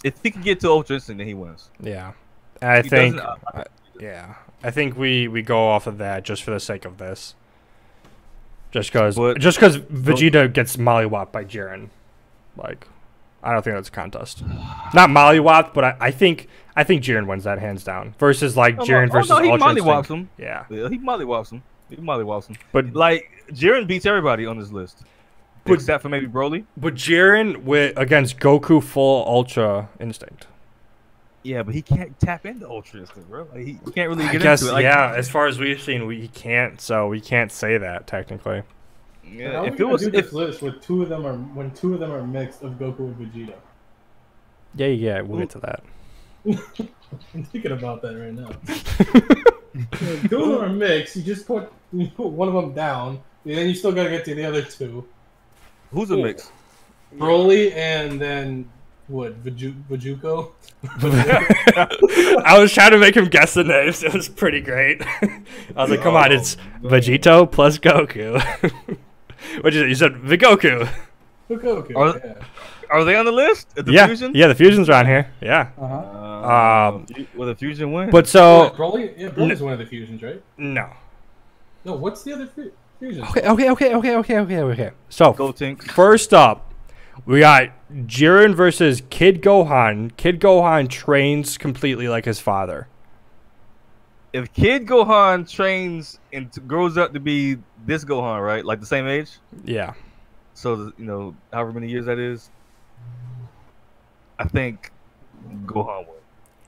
If he can get to Ultra Instinct, then he wins. yeah, And I If he think. doesn't, uh, I- I- yeah, I think we we go off of that just for the sake of this. Just because, But- just because Vegeta gets mollywopped by Jiren, like, I don't think that's a contest. Not mollywopped, but I, I think I think Jiren wins that hands down. Versus like Oh, no. Jiren Oh, versus no, he Ultra mollywops Instinct. him. Yeah, Yeah, he mollywops him. He mollywops him. but Like Jiren beats everybody on this list, But- except for maybe Broly. but Jiren with against Goku full Ultra Instinct. Yeah, but he can't tap into Ultra Instinct, bro. Like, he, he can't really I get guess into it. Like, yeah. As far as we've seen, we can't. So we can't say that technically. yeah, How are we if it gonna was, do if, this list with two of them are when two of them are mixed of Goku and Vegeta? Yeah, yeah. We'll get to that. I'm thinking about that right now. two of them are mixed. You just put you put one of them down, and then you still gotta get to the other two. who's a mix? Broly and then what? Viju- Vijuko. I was trying to make him guess the names. It was pretty great. I was like, "Come on, it's Vegito plus Goku." What you say? You said Vigoku. Vijuko. Are- yeah. Are they on the list? The yeah, fusion? yeah, the fusions are on here. Yeah, Uh-huh. Um, Um, will the fusion win? but Oh, so Broly. Yeah, Broly's one of the fusions, right? no. No, what's the other fu- fusion? Okay, okay, okay, okay, okay, okay, okay. So Go Tink. First up, we got Jiren versus Kid Gohan. Kid Gohan trains completely like his father. If Kid Gohan trains and t- grows up to be this Gohan, right? Like the same age. Yeah. So th- you know, however many years that is. I think Gohan won.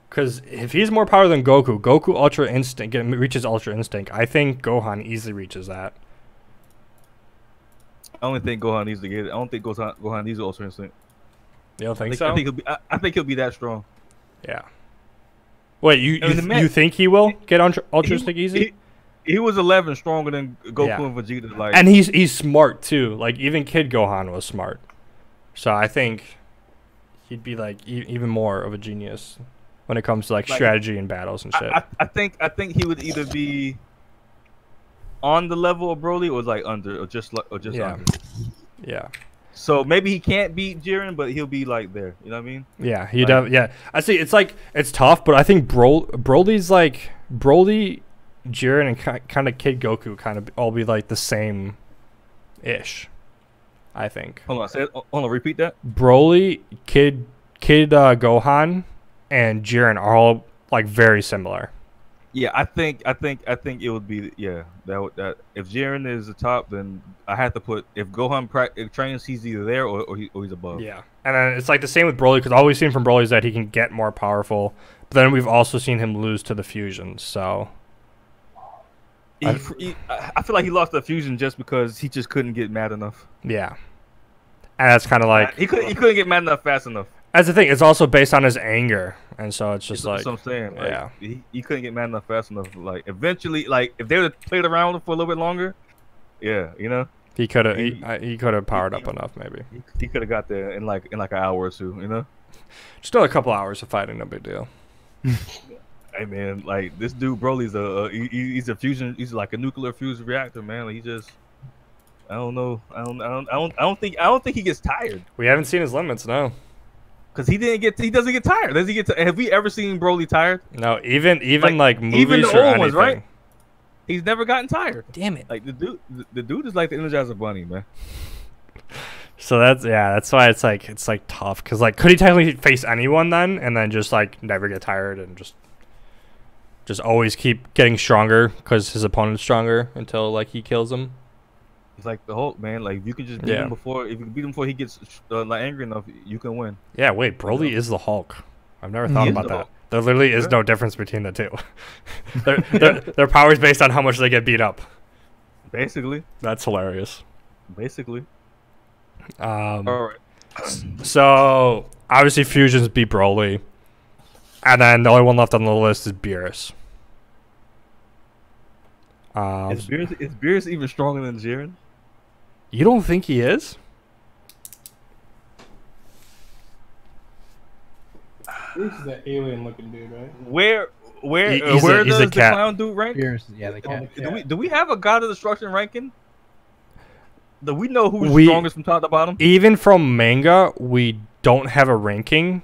Because if he's more power than Goku, Goku Ultra Instinct get, reaches Ultra Instinct. I think Gohan easily reaches that. I don't think Gohan needs to get it. I don't think Gohan Gohan needs Ultra Instinct. You don't I think, think, so? I think he'll be. I, I think he'll be that strong. yeah. Wait, you I mean, you, the man- you think he will get Ultra, Ultra He- Instinct easy? He, he was 11 stronger than Goku Yeah. and Vegeta. Like, and he's he's smart too. Like even Kid Gohan was smart, so I think he'd be like e- even more of a genius when it comes to like, Like- strategy and battles and I, shit. I, I think I think he would either be on the level of Broly or like under or just like or just yeah, under. yeah, So maybe he can't beat Jiren, but he'll be like there. You know what I mean? yeah. He Like- def- yeah. I see. It's like it's tough, but I think Bro Broly's like Broly, Jiren, and ki- kind of Kid Goku kind of all be like the same, ish. I think Hold on, say, hold on, repeat that. Broly, Kid Kid uh, Gohan, and Jiren are all like very similar. Yeah, I think I think I think it would be yeah that would that if Jiren is the top, then I have to put if Gohan pra- if trains, he's either there or or, he, or he's above. Yeah, and then it's like the same with Broly because all we've seen from Broly is that he can get more powerful. But then we've also seen him lose to the fusion. So He- I- he- I I feel like he lost the fusion just because he just couldn't get mad enough. yeah, and that's kind of like he couldn't he couldn't get mad enough fast enough. that's the thing. It's also based on his anger, and so it's just like That's what I'm saying. Like, yeah. he, he couldn't get mad enough fast enough. Like eventually, like if they would have played around for a little bit longer, yeah, you know, he could have he, he- I- he could have powered up he- enough maybe. he, he could have got there in like in like an hour or two. You know, Just another couple hours of fighting, no big deal. hey man, like this dude Broly's a, a he, he- he's a fusion. He's like a nuclear fusion reactor, man. Like, he just I don't know. I don't I don't I don't I don't think I don't think he gets tired We haven't seen his limits, no, because he didn't get he doesn't get tired. Does he get? T- have we ever seen Broly tired? no. Even even like, movies even the or old anything. ones, right? He's never gotten tired. Damn it. Like the dude, the, the dude is like the Energizer Bunny, man. So that's yeah, that's why it's like it's like tough because like could he technically face anyone then and then just like never get tired and just just always keep getting stronger because his opponent's stronger until like he kills him. It's like the Hulk, man. Like if you can just beat Yeah. him before, if you can beat him before he gets uh, like angry enough, you can win. Yeah, wait, Broly is the Hulk. I've never thought is about the that. Hulk. There literally is Yeah. no difference between the two. their, their, their power is based on how much they get beat up. Basically, That's hilarious. basically. Um, All right. so obviously fusions beat Broly, and then the only one left on the list is Beerus. Um, Is Beerus, is Beerus even stronger than Jiren? You don't think he is? This is that alien looking dude, right? Where, where, He- uh, he's a- where he's does a the cat. clown dude rank? Beerus, Oh, yeah, they can't. Do we do we have a God of Destruction ranking? Do we know who's We- strongest from top to bottom? Even from manga, we don't have a ranking.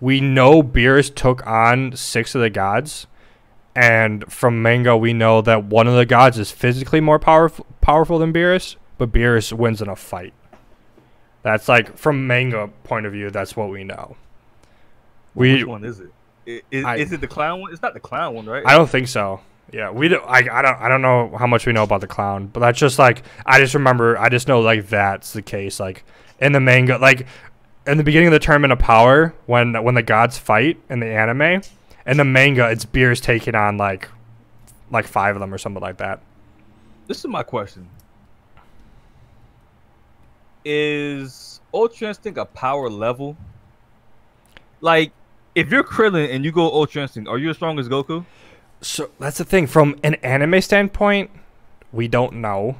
We know Beerus took on six of the gods, and from manga, we know that one of the gods is physically more powerful powerful than Beerus, but Beerus wins in a fight. That's like from manga point of view. That's what we know. We Which one is it? I- Is, I- is it the clown one? It's not the clown one, right? I don't think so. Yeah, we don't. I, I don't. I don't know how much we know about the clown, but that's just like I just remember. I just know like that's the case. Like in the manga, like in the beginning of the tournament of power, when when the gods fight in the anime, in the manga, it's Beerus taking on like like five of them or something like that. This is my question. Is Ultra Instinct a power level? Like, if you're Krillin and you go Ultra Instinct, are you as strong as Goku? So that's the thing. From an anime standpoint, we don't know.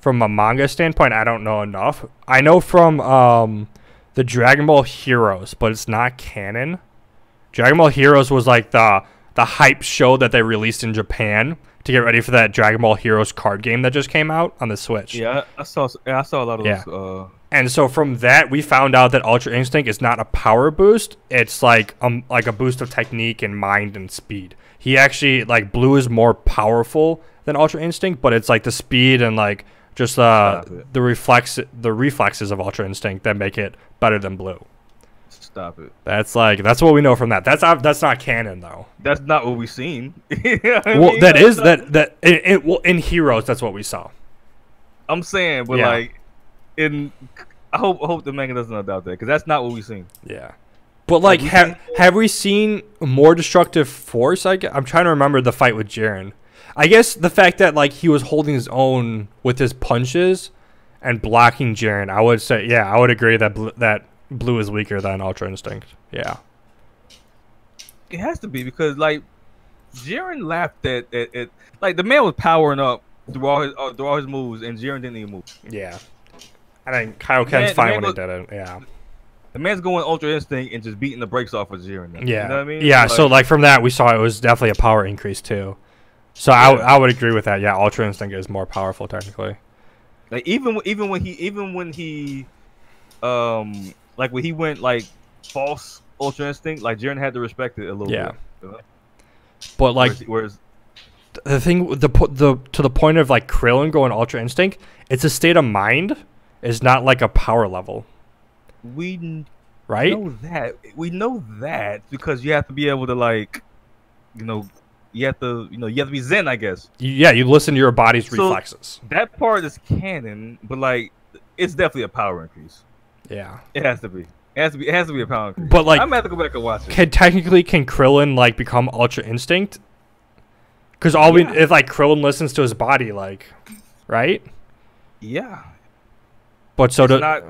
From a manga standpoint, I don't know enough. I know from um, the Dragon Ball Heroes, but it's not canon. Dragon Ball Heroes was like the the hype show that they released in Japan to get ready for that Dragon Ball Heroes card game that just came out on the Switch. Yeah, I, I saw. yeah, I saw a lot of Yeah. those. Uh, And so from that, we found out that Ultra Instinct is not a power boost. It's like um like a boost of technique and mind and speed. He actually like Blue is more powerful than Ultra Instinct, but it's like the speed and like just uh, Stop it. the reflex the reflexes of Ultra Instinct that make it better than Blue. stop it. That's like that's what we know from that. That's not, that's not canon though. That's not what we've seen. Well, that is that that it, it, well in Heroes that's what we saw. I'm saying, but Yeah. like, in I hope I hope the manga doesn't adopt that because that's not what we've seen. Yeah. But like, we have have we seen more destructive force? I am trying to remember the fight with Jiren. I guess the fact that like he was holding his own with his punches and blocking Jiren, I would say, yeah, I would agree that bl- that blue is weaker than Ultra Instinct. Yeah, It has to be because like Jiren laughed at at, at like the man was powering up through all his uh, through all his moves, and Jiren didn't even move. yeah. And then Kaioken's Man- fine man when he look- did it. Yeah, The man's going Ultra Instinct and just beating the brakes off of Jiren. Now, yeah, you know what I mean? yeah. so like from that, we saw it was definitely a power increase too. So I w- Yeah. I would agree with that. Yeah, Ultra Instinct is more powerful technically. Like even when- even when he even when he um like when he went like false Ultra Instinct, like Jiren had to respect it a little Yeah. bit. you know? But like whereas, whereas the thing the po- the to the point of like Krillin going Ultra Instinct, it's a state of mind. It's not like a power level, we kn- right? know that we know that because you have to be able to like you know you have to you know you have to be zen i guess You, yeah, you listen to your body's So- reflexes. that part is canon but like it's definitely a power increase Yeah, it has to be it has to be it has to be a power increase but like, i'm gonna have to go back and watch it can technically can Krillin like become Ultra Instinct? Because all we if like Krillin listens to his body, like, right? yeah But so It's do, not-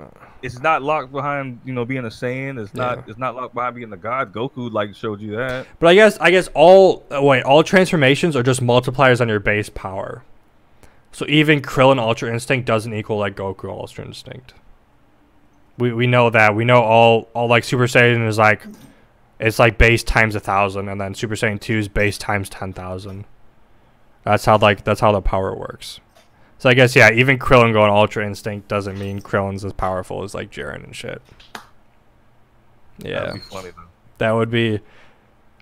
it's not locked behind you know being a saiyan it's not Yeah. it's not locked behind being a god goku like showed you that but I guess I guess all oh, wait all transformations are just multipliers on your base power. So even Krillin Ultra Instinct doesn't equal like Goku Ultra Instinct. We we know that. We know all all like Super Saiyan is like it's like base times a thousand and then Super Saiyan 2 is base times ten thousand. That's how like that's how the power works. So I guess yeah, even Krillin going Ultra Instinct doesn't mean Krillin's as powerful as like Jiren and shit. Yeah. that'd be funny though That would be.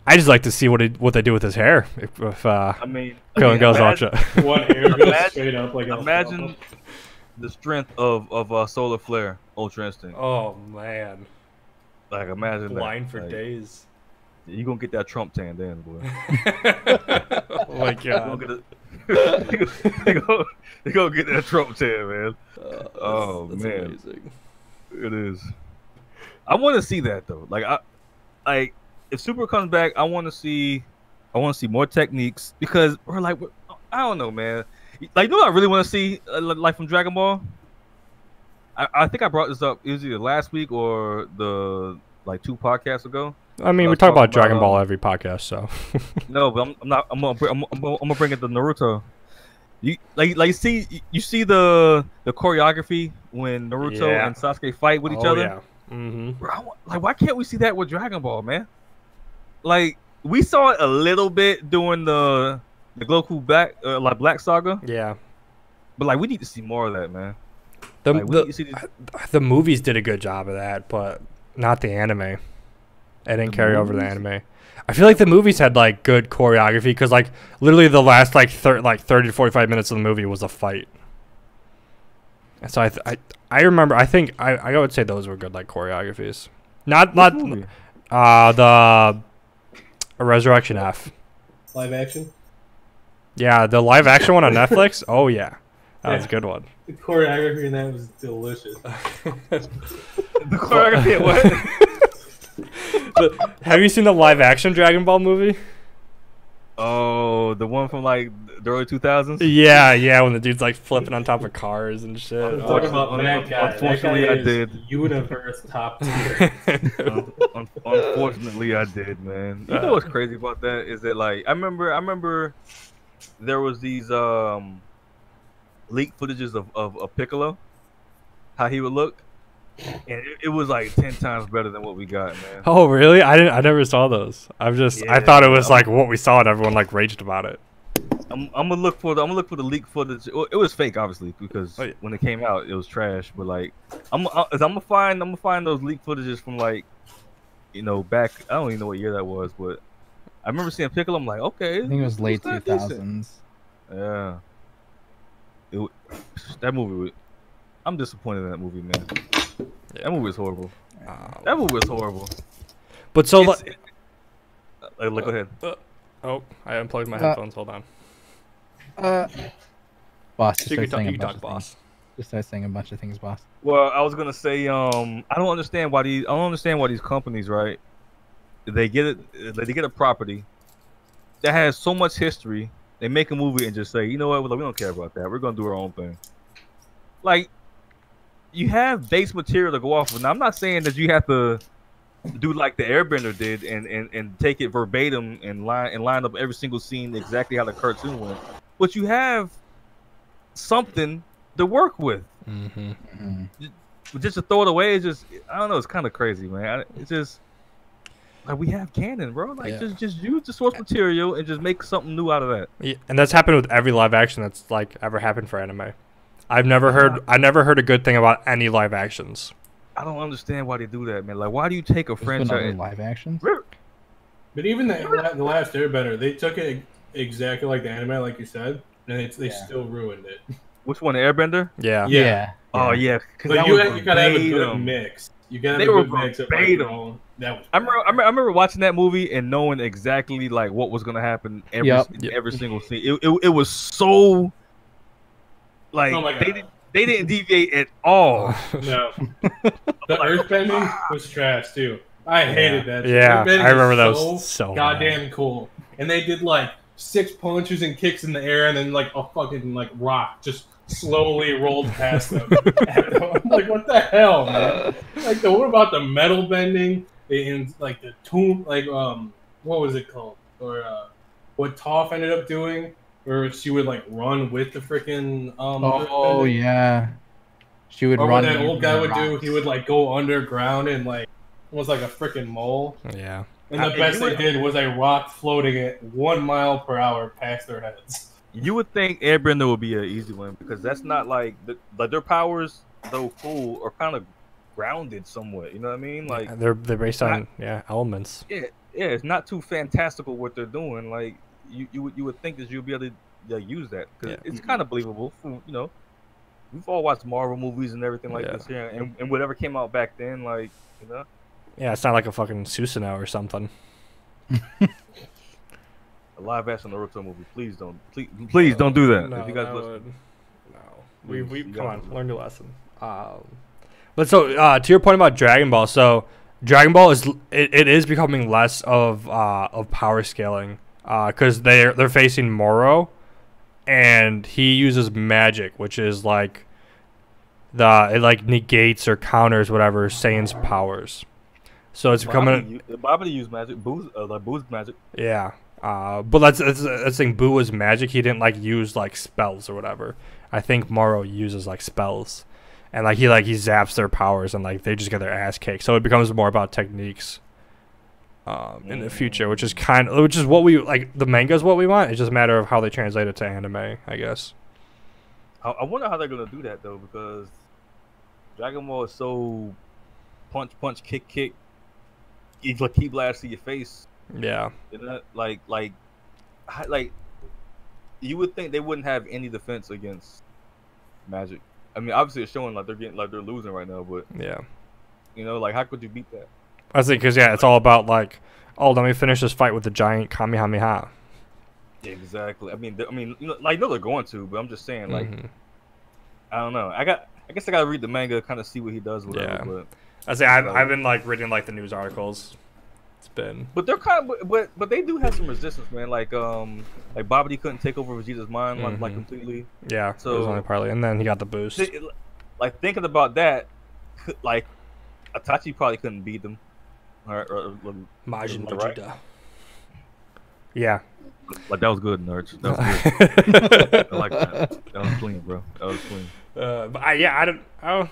I just like to see what it, what they do with his hair if, if uh, i mean Krillin goes imagine, ultra. One hair goes Imagine- straight up like a- imagine the strength of of uh, solar flare ultra instinct oh man, like imagine that. Like, days. you gonna get that trump tan then boy oh my Go god. get a- they go, they go get that Trump tan, man. Oh, man. amazing. It is. I want to see that though. Like I, like if Super comes back, I want to see, I want to see more techniques because we're like, we're- I don't know, man. Like, you know, what I really want to see uh, li- like from Dragon Ball. I, I think I brought this up. It was either last week or the like two podcasts ago. I mean, we Let's talk talk about Dragon about, uh, Ball every podcast, so No, but I'm, I'm not. I'm gonna, bring- I'm, I'm, I'm gonna bring it to Naruto. You like like see you see the the choreography when Naruto Yeah. and Sasuke fight with each Oh, other. Yeah. Mm-hmm. Bro, I wa- like why can't we see that with Dragon Ball, man? Like we saw it a little bit during the the Goku Black uh, like Black Saga, Yeah. but like we need to see more of that, man. The Like, we need to Um, the, see this- the movies did a good job of that, but not the anime. It didn't carry over the anime. I feel like the movies had like good choreography because like literally the last like thir- like thirty to forty five minutes of the movie was a fight. And so I th- I I remember I think I I would say those were good like choreographies. Not not movie? uh the Resurrection F. Live action. Yeah, the live action one on Netflix. Oh yeah, that was a good one. The choreography in that was delicious. the choreography. at what? The- have you seen the live action Dragon Ball movie? Oh, the one from like the early two thousands. Yeah, yeah, when the dude's like flipping on top of cars and shit. Talk Unfortunately- about that guy. unfortunately, that guy I is did. Universe top tier. yeah, Un- Unfortunately, I did, man. You know what's crazy about that is that like I remember, I remember there was these um leaked footages of of, of Piccolo, how he would look, and it, it was like ten times better than what we got, man. oh, really? I didn't. I never saw those. I'm just. I Yeah, thought it was I'm- like what we saw, and everyone like raged about it. I'm, I'm gonna look for the I'm gonna look for the leaked footage. Well, It was fake, obviously, because Oh, yeah. when it came out, it was trash. But like, I'm I, I'm gonna find I'm gonna find those leaked footages from like, you know, back I don't even know what year that was, but I remember seeing Piccolo. I'm like, okay, I think it was late not two decent. thousands. Yeah. It, w- that movie. wa- I'm disappointed in that movie, man. That movie was horrible. That movie was horrible. But Uh, so, It's- like, it- uh, like, go ahead. oh, I unplugged my Uh, headphones. Hold on. Uh, boss, You just can starts talk. saying You a can bunch talk, of things. boss. Just starts saying a bunch of things, boss. Well, I was gonna say, um, I don't understand why these. I don't understand why these companies, right? They get it. They get a property that has so much history. They make a movie and just say, you know what? We don't care about that. We're gonna do our own thing. Like, you have base material to go off of. Now, I'm not saying that you have to do like the Airbender did and and, and take it verbatim and line and line up every single scene exactly how the cartoon went. But you have something to work with Mm-hmm. just to throw it away is just I don't know. It's kind of crazy, man. I- It's just like we have canon, bro. Like Yeah. just just use the source material and just make something new out of that. Yeah, and that's happened with every live action that's like ever happened for anime. I've never heard I never heard a good thing about any live actions. I don't understand why they do that, man. Like why do you take a There's been other franchise? live actions. But even the, la- the last Airbender, they took it exactly like the anime, like you said, and it's, they Yeah. still ruined it. Which one, Airbender? Yeah. Yeah. Oh yeah, 'cause But that you, was had- you gotta have a good verbatim. mix. You gotta have They a were good mix. Of like, verbatim. all- that was I remember, I remember, I remember watching that movie and knowing exactly like what was gonna happen every Yep. in Yep. every single scene. It, it, it was so like Oh my they God. didn't they didn't deviate at all. No. the earthbending was trash too. I hated that. shit. Yeah, Earthbending I remember is that was so goddamn cool. And they did like six punches and kicks in the air, and then like a fucking like rock just slowly rolled past them. I'm like, what the hell, man? Like, the, what about the metal bending? The and like the tomb, like um, what was it called? Or uh, what Toph ended up doing, where she would like run with the freaking um. Oh earthbending? yeah. She would Or what run. that into old guy the would do, rocks. he would like go underground and like almost like a freaking mole. Yeah. And Uh, the if best you they would- did was a rock floating at one mile per hour past their heads. You would think Airbender would be an easy one because that's not like the, like their powers, though cool, are kind of grounded somewhat. You know what I mean? Like, they're they're based on yeah, elements. yeah, yeah, it's not too fantastical what they're doing. Like, you you would you would think that you'd be able to like, use that because Yeah. it's kind of believable. From, you know, we've all watched Marvel movies and everything like Yeah. this, yeah, and, and whatever came out back then, like, you know, Yeah, it's not like a fucking Susanoo or something. a live action Naruto movie. Please don't, please, please don't do that. if you guys listen- no. We we You come guys on, learn your lesson. Um, but so uh, to your point about Dragon Ball, so Dragon Ball is l- it, it is becoming less of uh, of power scaling because they're they're facing Moro, and he uses magic, which is like the it like negates or counters whatever Saiyan's powers. So it's becoming Bobby, u- Bobby used magic, Boo's uh, like Boo's magic. yeah. Uh, but that's that's that's the thing. Boo was magic. He didn't like use like spells or whatever. I think Morrow uses like spells, and like he like he zaps their powers and like they just get their ass kicked. So it becomes more about techniques. Um, in the future, which is kind of which is what we like. The manga is what we want. It's just a matter of how they translate it to anime, I guess. I, I wonder how they're gonna do that though, because Dragon Ball is so punch, punch, kick, kick. It's like key blast to your face. Yeah. You know, like, like, hi- like, you would think they wouldn't have any defense against magic. I mean, obviously it's showing like they're getting like they're losing right now, but Yeah. you know, like, how could you beat that? I think because yeah, it's all about like, oh, let me finish this fight with the giant Kamehameha. Exactly. I mean, they- I mean, you know, like, no, they're going to, but I'm just saying, like, Mhm. I don't know. I got, I guess I gotta read the manga, kind of see what he does with Yeah. it, but. I say I've, I've been like reading like the news articles. It's been But they're kind of, but- but but they do have some resistance, man. Like um, like Bobby couldn't take over Vegeta's mind like, like Mhm. completely. Yeah, it was So- only partly, and then he got the boost. Thi- Like thinking about that, could- like Itachi probably couldn't beat them. Or, or, or- Majin Am I right? Vegeta. Yeah. like that was good, nerds. That was good. I like that. That was clean, bro. That was clean. Uh, but I, yeah, I don't. Oh,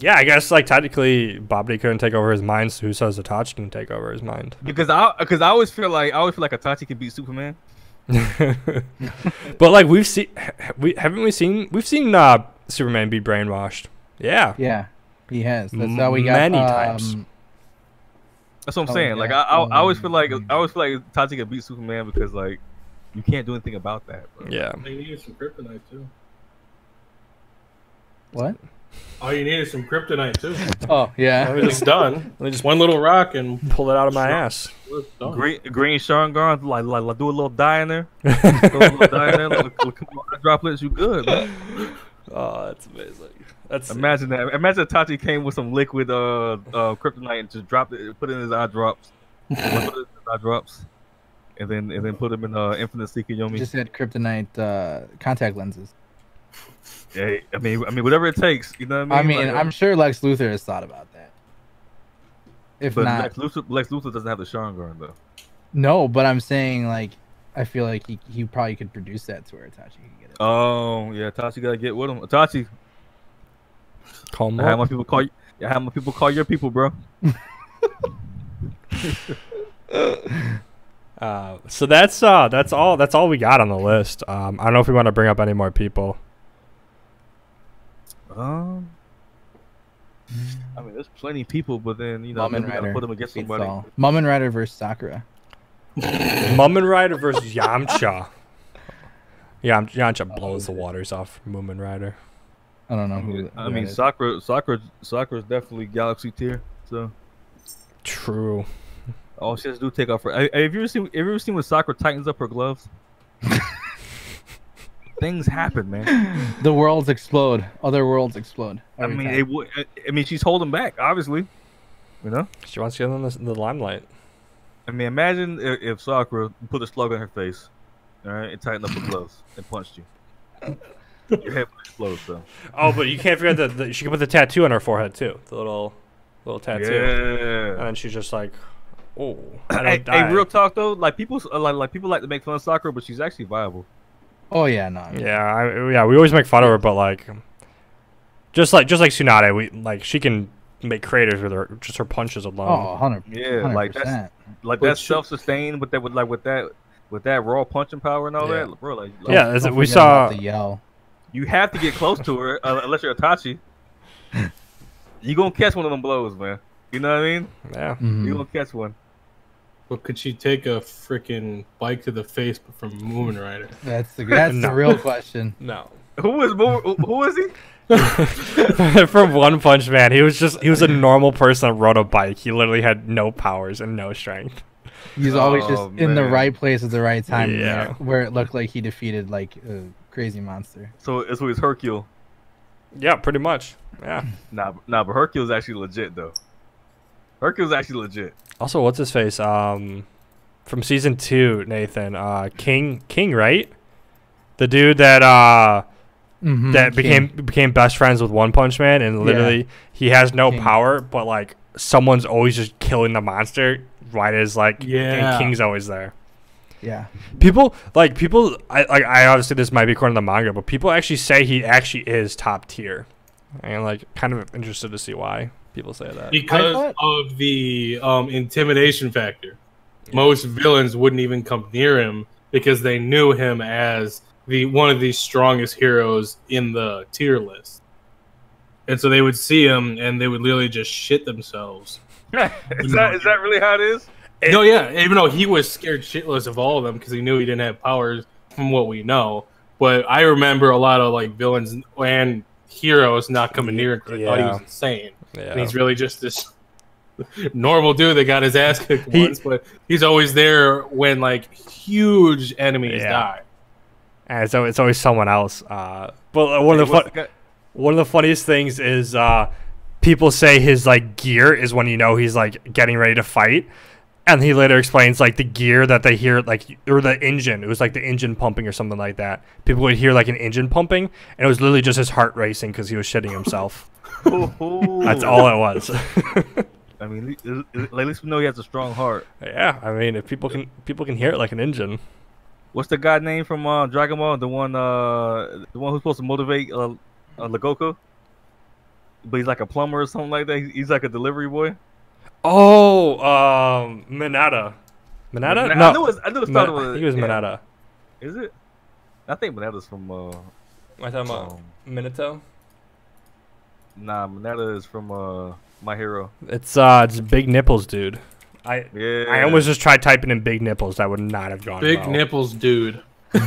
yeah. I guess like technically, Bobby couldn't take over his mind. So who says Itachi can take over his mind? Because I, because I always feel like I always feel like Itachi could beat Superman. but like we've seen, we haven't we seen we've seen uh, Superman be brainwashed. Yeah. Yeah, he has. That's M- how we got many times. um, That's what I'm Oh, saying. Like I, yeah. I, I always feel like Mm. I always feel like Itachi could beat Superman because like you can't do anything about that. Bro. Yeah. All you need is some kryptonite too. What? All you need is some kryptonite too. Oh yeah. It's done. Let me just one little rock and Pull it out of my ass. it's done. Green, green Sharingan, like, like, like do a little die in there. Throw a little dye in there, little, little couple of eye droplets, you good, man. Oh, that's amazing. That's Imagine that. Imagine if Tati came with some liquid uh, uh kryptonite and just dropped it, put it in his eye drops, put it in his eye drops, and then and then put him in uh infinite Tsukuyomi. Just had kryptonite uh, contact lenses. Yeah, I mean, I mean, whatever it takes. You know what I I mean? mean, Like, I'm sure Lex Luthor has thought about that. If But not, Lex Luthor, Lex Luthor doesn't have the Sharingan though. no. But I'm saying like, I feel like he, he probably could produce that to where Itachi could get it. Oh yeah, Tachi gotta get with him. Tachi, calm. I have my people call you. I have my people call your people, bro. Uh, so that's uh, that's all. That's all we got on the list. Um, I don't know if we want to bring up any more people. Um, I mean, there's plenty of people, but then you know, Mum maybe Mm. and we gotta Rider. put them against somebody. Mum and Rider versus Sakura. Mumen Rider versus Yamcha. Yam- Yamcha blows the waters off Mumen Rider. I don't know I who. mean, I who mean that is. Sakura, Sakura, Sakura's definitely galaxy tier. So True. all she has to do is take off her. I, I- have you ever seen? Have you ever seen when Sakura tightens up her gloves? Things happen, man. the worlds explode. Other worlds explode. I every mean, time. it, would- I, I mean, she's holding back, obviously. You know. She wants to get in the, the limelight. I mean, imagine if, if Sakura put a slug in her face, all right, and tightened up her gloves and punched you. Your head would explode, so. Oh, but you can't forget that the, she can put the tattoo on her forehead too. The little, little tattoo. And Yeah. then she's just like, oh, I don't Hey, die. hey, real talk though, like people, like, like people like to make fun of Sakura, but she's actually viable. oh yeah, no. I mean, Yeah, I, yeah, we always make fun of her, but like, just like just like Tsunade, we like she can make craters with her just her punches Oh, alone. 100 Yeah, like that's 100%. like But that's she- self-sustained, but that with like with that with that raw punching power and all Yeah. that, bro. Like, like, yeah, that's- Don't we forget about saw the yell. you have to get close to her uh, unless you're Itachi. you gonna catch one of them blows, man. You know what I mean? yeah. You Mhm. gonna catch one. But could she take a freaking bike to the face from Moon Rider? That's the that's the No. real question. No. Who is more? Who is he? From One Punch Man, he was just he was a normal person that rode a bike. He literally had no powers and no strength. He's always Oh, just in the man. right place at the right time. Yeah. Where, where it looked like he defeated like a crazy monster. So it's with Hercule. Yeah, pretty much. Yeah. Nah, b- nah, but Hercule's actually legit though. Hercule's actually legit. Also, what's his face? Um, from season two, Nathan. Uh, King King, right? The dude that uh Mhm, that became King. became best friends with One Punch Man, and literally he has no King. power, but like someone's always just killing the monster. Right as like Yeah. and King's always there. yeah. People like people. I like. I obviously this might be according to the manga, but people actually say he actually is top tier, and like kind of interested to see why people say that. Because I of the um, intimidation factor. Most villains wouldn't even come near him because they knew him as the one of the strongest heroes in the tier list. And so they would see him and they would literally just shit themselves. is that is that really how it is? no, yeah, even though he was scared shitless of all of them because he knew he didn't have powers from what we know. But I remember a lot of like villains and heroes not coming near him 'cause they thought he Yeah. was insane. Yeah. And he's really just this normal dude that got his ass kicked He- once, but he's always there when like huge enemies Yeah. die. and it's, al- it's always someone else. Uh, but uh, one of the Hey, what's fun- the guy- one of the funniest things is uh, people say his like gear is when you know he's like getting ready to fight, and he later explains like the gear that they hear like or the engine. It was like the engine pumping or something like that. People would hear like an engine pumping, and it was literally just his heart racing because he was shitting himself. Ooh. That's all it was. I mean, at least- at least we know he has a strong heart. yeah, I mean, if people can people can hear it like an engine. What's the guy name from uh, Dragon Ball? The one, uh, the one who's supposed to motivate uh, uh, Lagoku, but he's like a plumber or something like that. He's, he's like a delivery boy. Oh, um, Minata. Minata? Man, No. I knew it. I knew it Min- started I with. think it was yeah. Minata. Is it? I think Manata's from. Uh, Am I talking about um, Minato? nah, Manata is from uh, My Hero. It's uh, it's big nipples, dude. I Yeah. I almost just tried typing in big nipples. That would not have gone. Big well. nipples, dude. Oh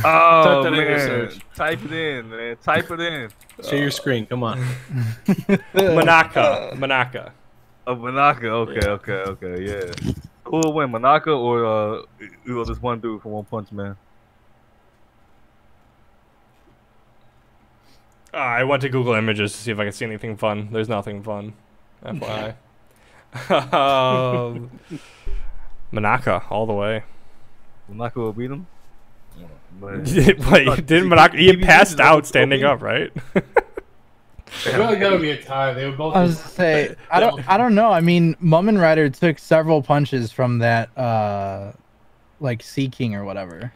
Type that in your man, search. type it in, man. Type it in. Share your screen. Come on. Manaka, Manaka. Oh, Monaco. Okay, Yeah. okay, okay. Yeah. Who will win, Monaco or uh, it was this one dude from One Punch Man? Uh, I went to Google Images to see if I could see anything fun. There's nothing fun. FYI. um, Manaka, all the way. Monaco will beat him. But Wait, didn't Manaka? He DBZ is passed level out standing 14? up, right? I feel like that would be a tie. They would both. I was gonna say I don't I don't know. I mean, Mum and Rider took several punches from that uh like Sea King or whatever.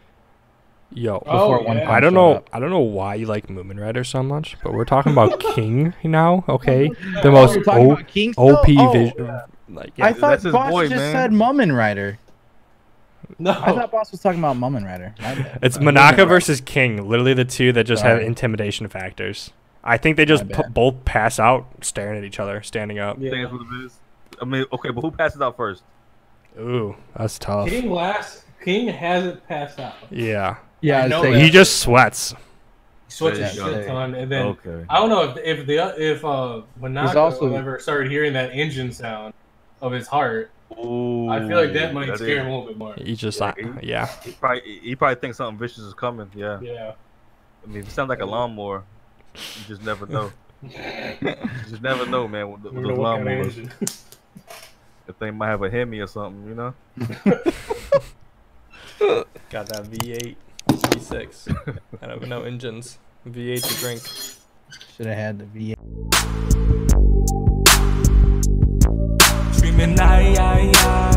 Yo. Oh, Before one yeah. punch I don't showed know. up. I don't know why you like Moomin Rider so much, but we're talking about King now, okay? The Oh, Oh, most you're talking o- about King still? OP Oh, vision. Like, yeah. I thought That's his Boss boy, just man. said Mum and Rider. no. I thought Boss was talking about Mum and Rider. My bad. It's Uh, Moomin Rider. Monaka versus King, literally the two that just have Sorry. intimidation factors. I think they just My p- bad. both pass out staring at each other, standing up. I think that's what it is. I mean, okay, but who passes out first? Ooh, that's tough. King last. King hasn't passed out. Yeah. Yeah, I I was know saying- that. He just sweats. He sweats There a you go. shit ton, and then Okay. I don't know if if the if uh Monaco also- ever started hearing that engine sound of his heart. Ooh, I feel like that might that scare is- him a little bit more. He just, Yeah, like, yeah. He probably, he probably thinks something vicious is coming. Yeah. Yeah. I mean, if it sounds like a lawnmower, you just never know. you just never know, man. With, the- with Remember those what kind of lawnmowers, engine. the thing might have a Hemi or something, you know. Got that V8, V6. I don't know engines. V8 to drink. Should have had the V8. Dreaming, ay, ay, ay.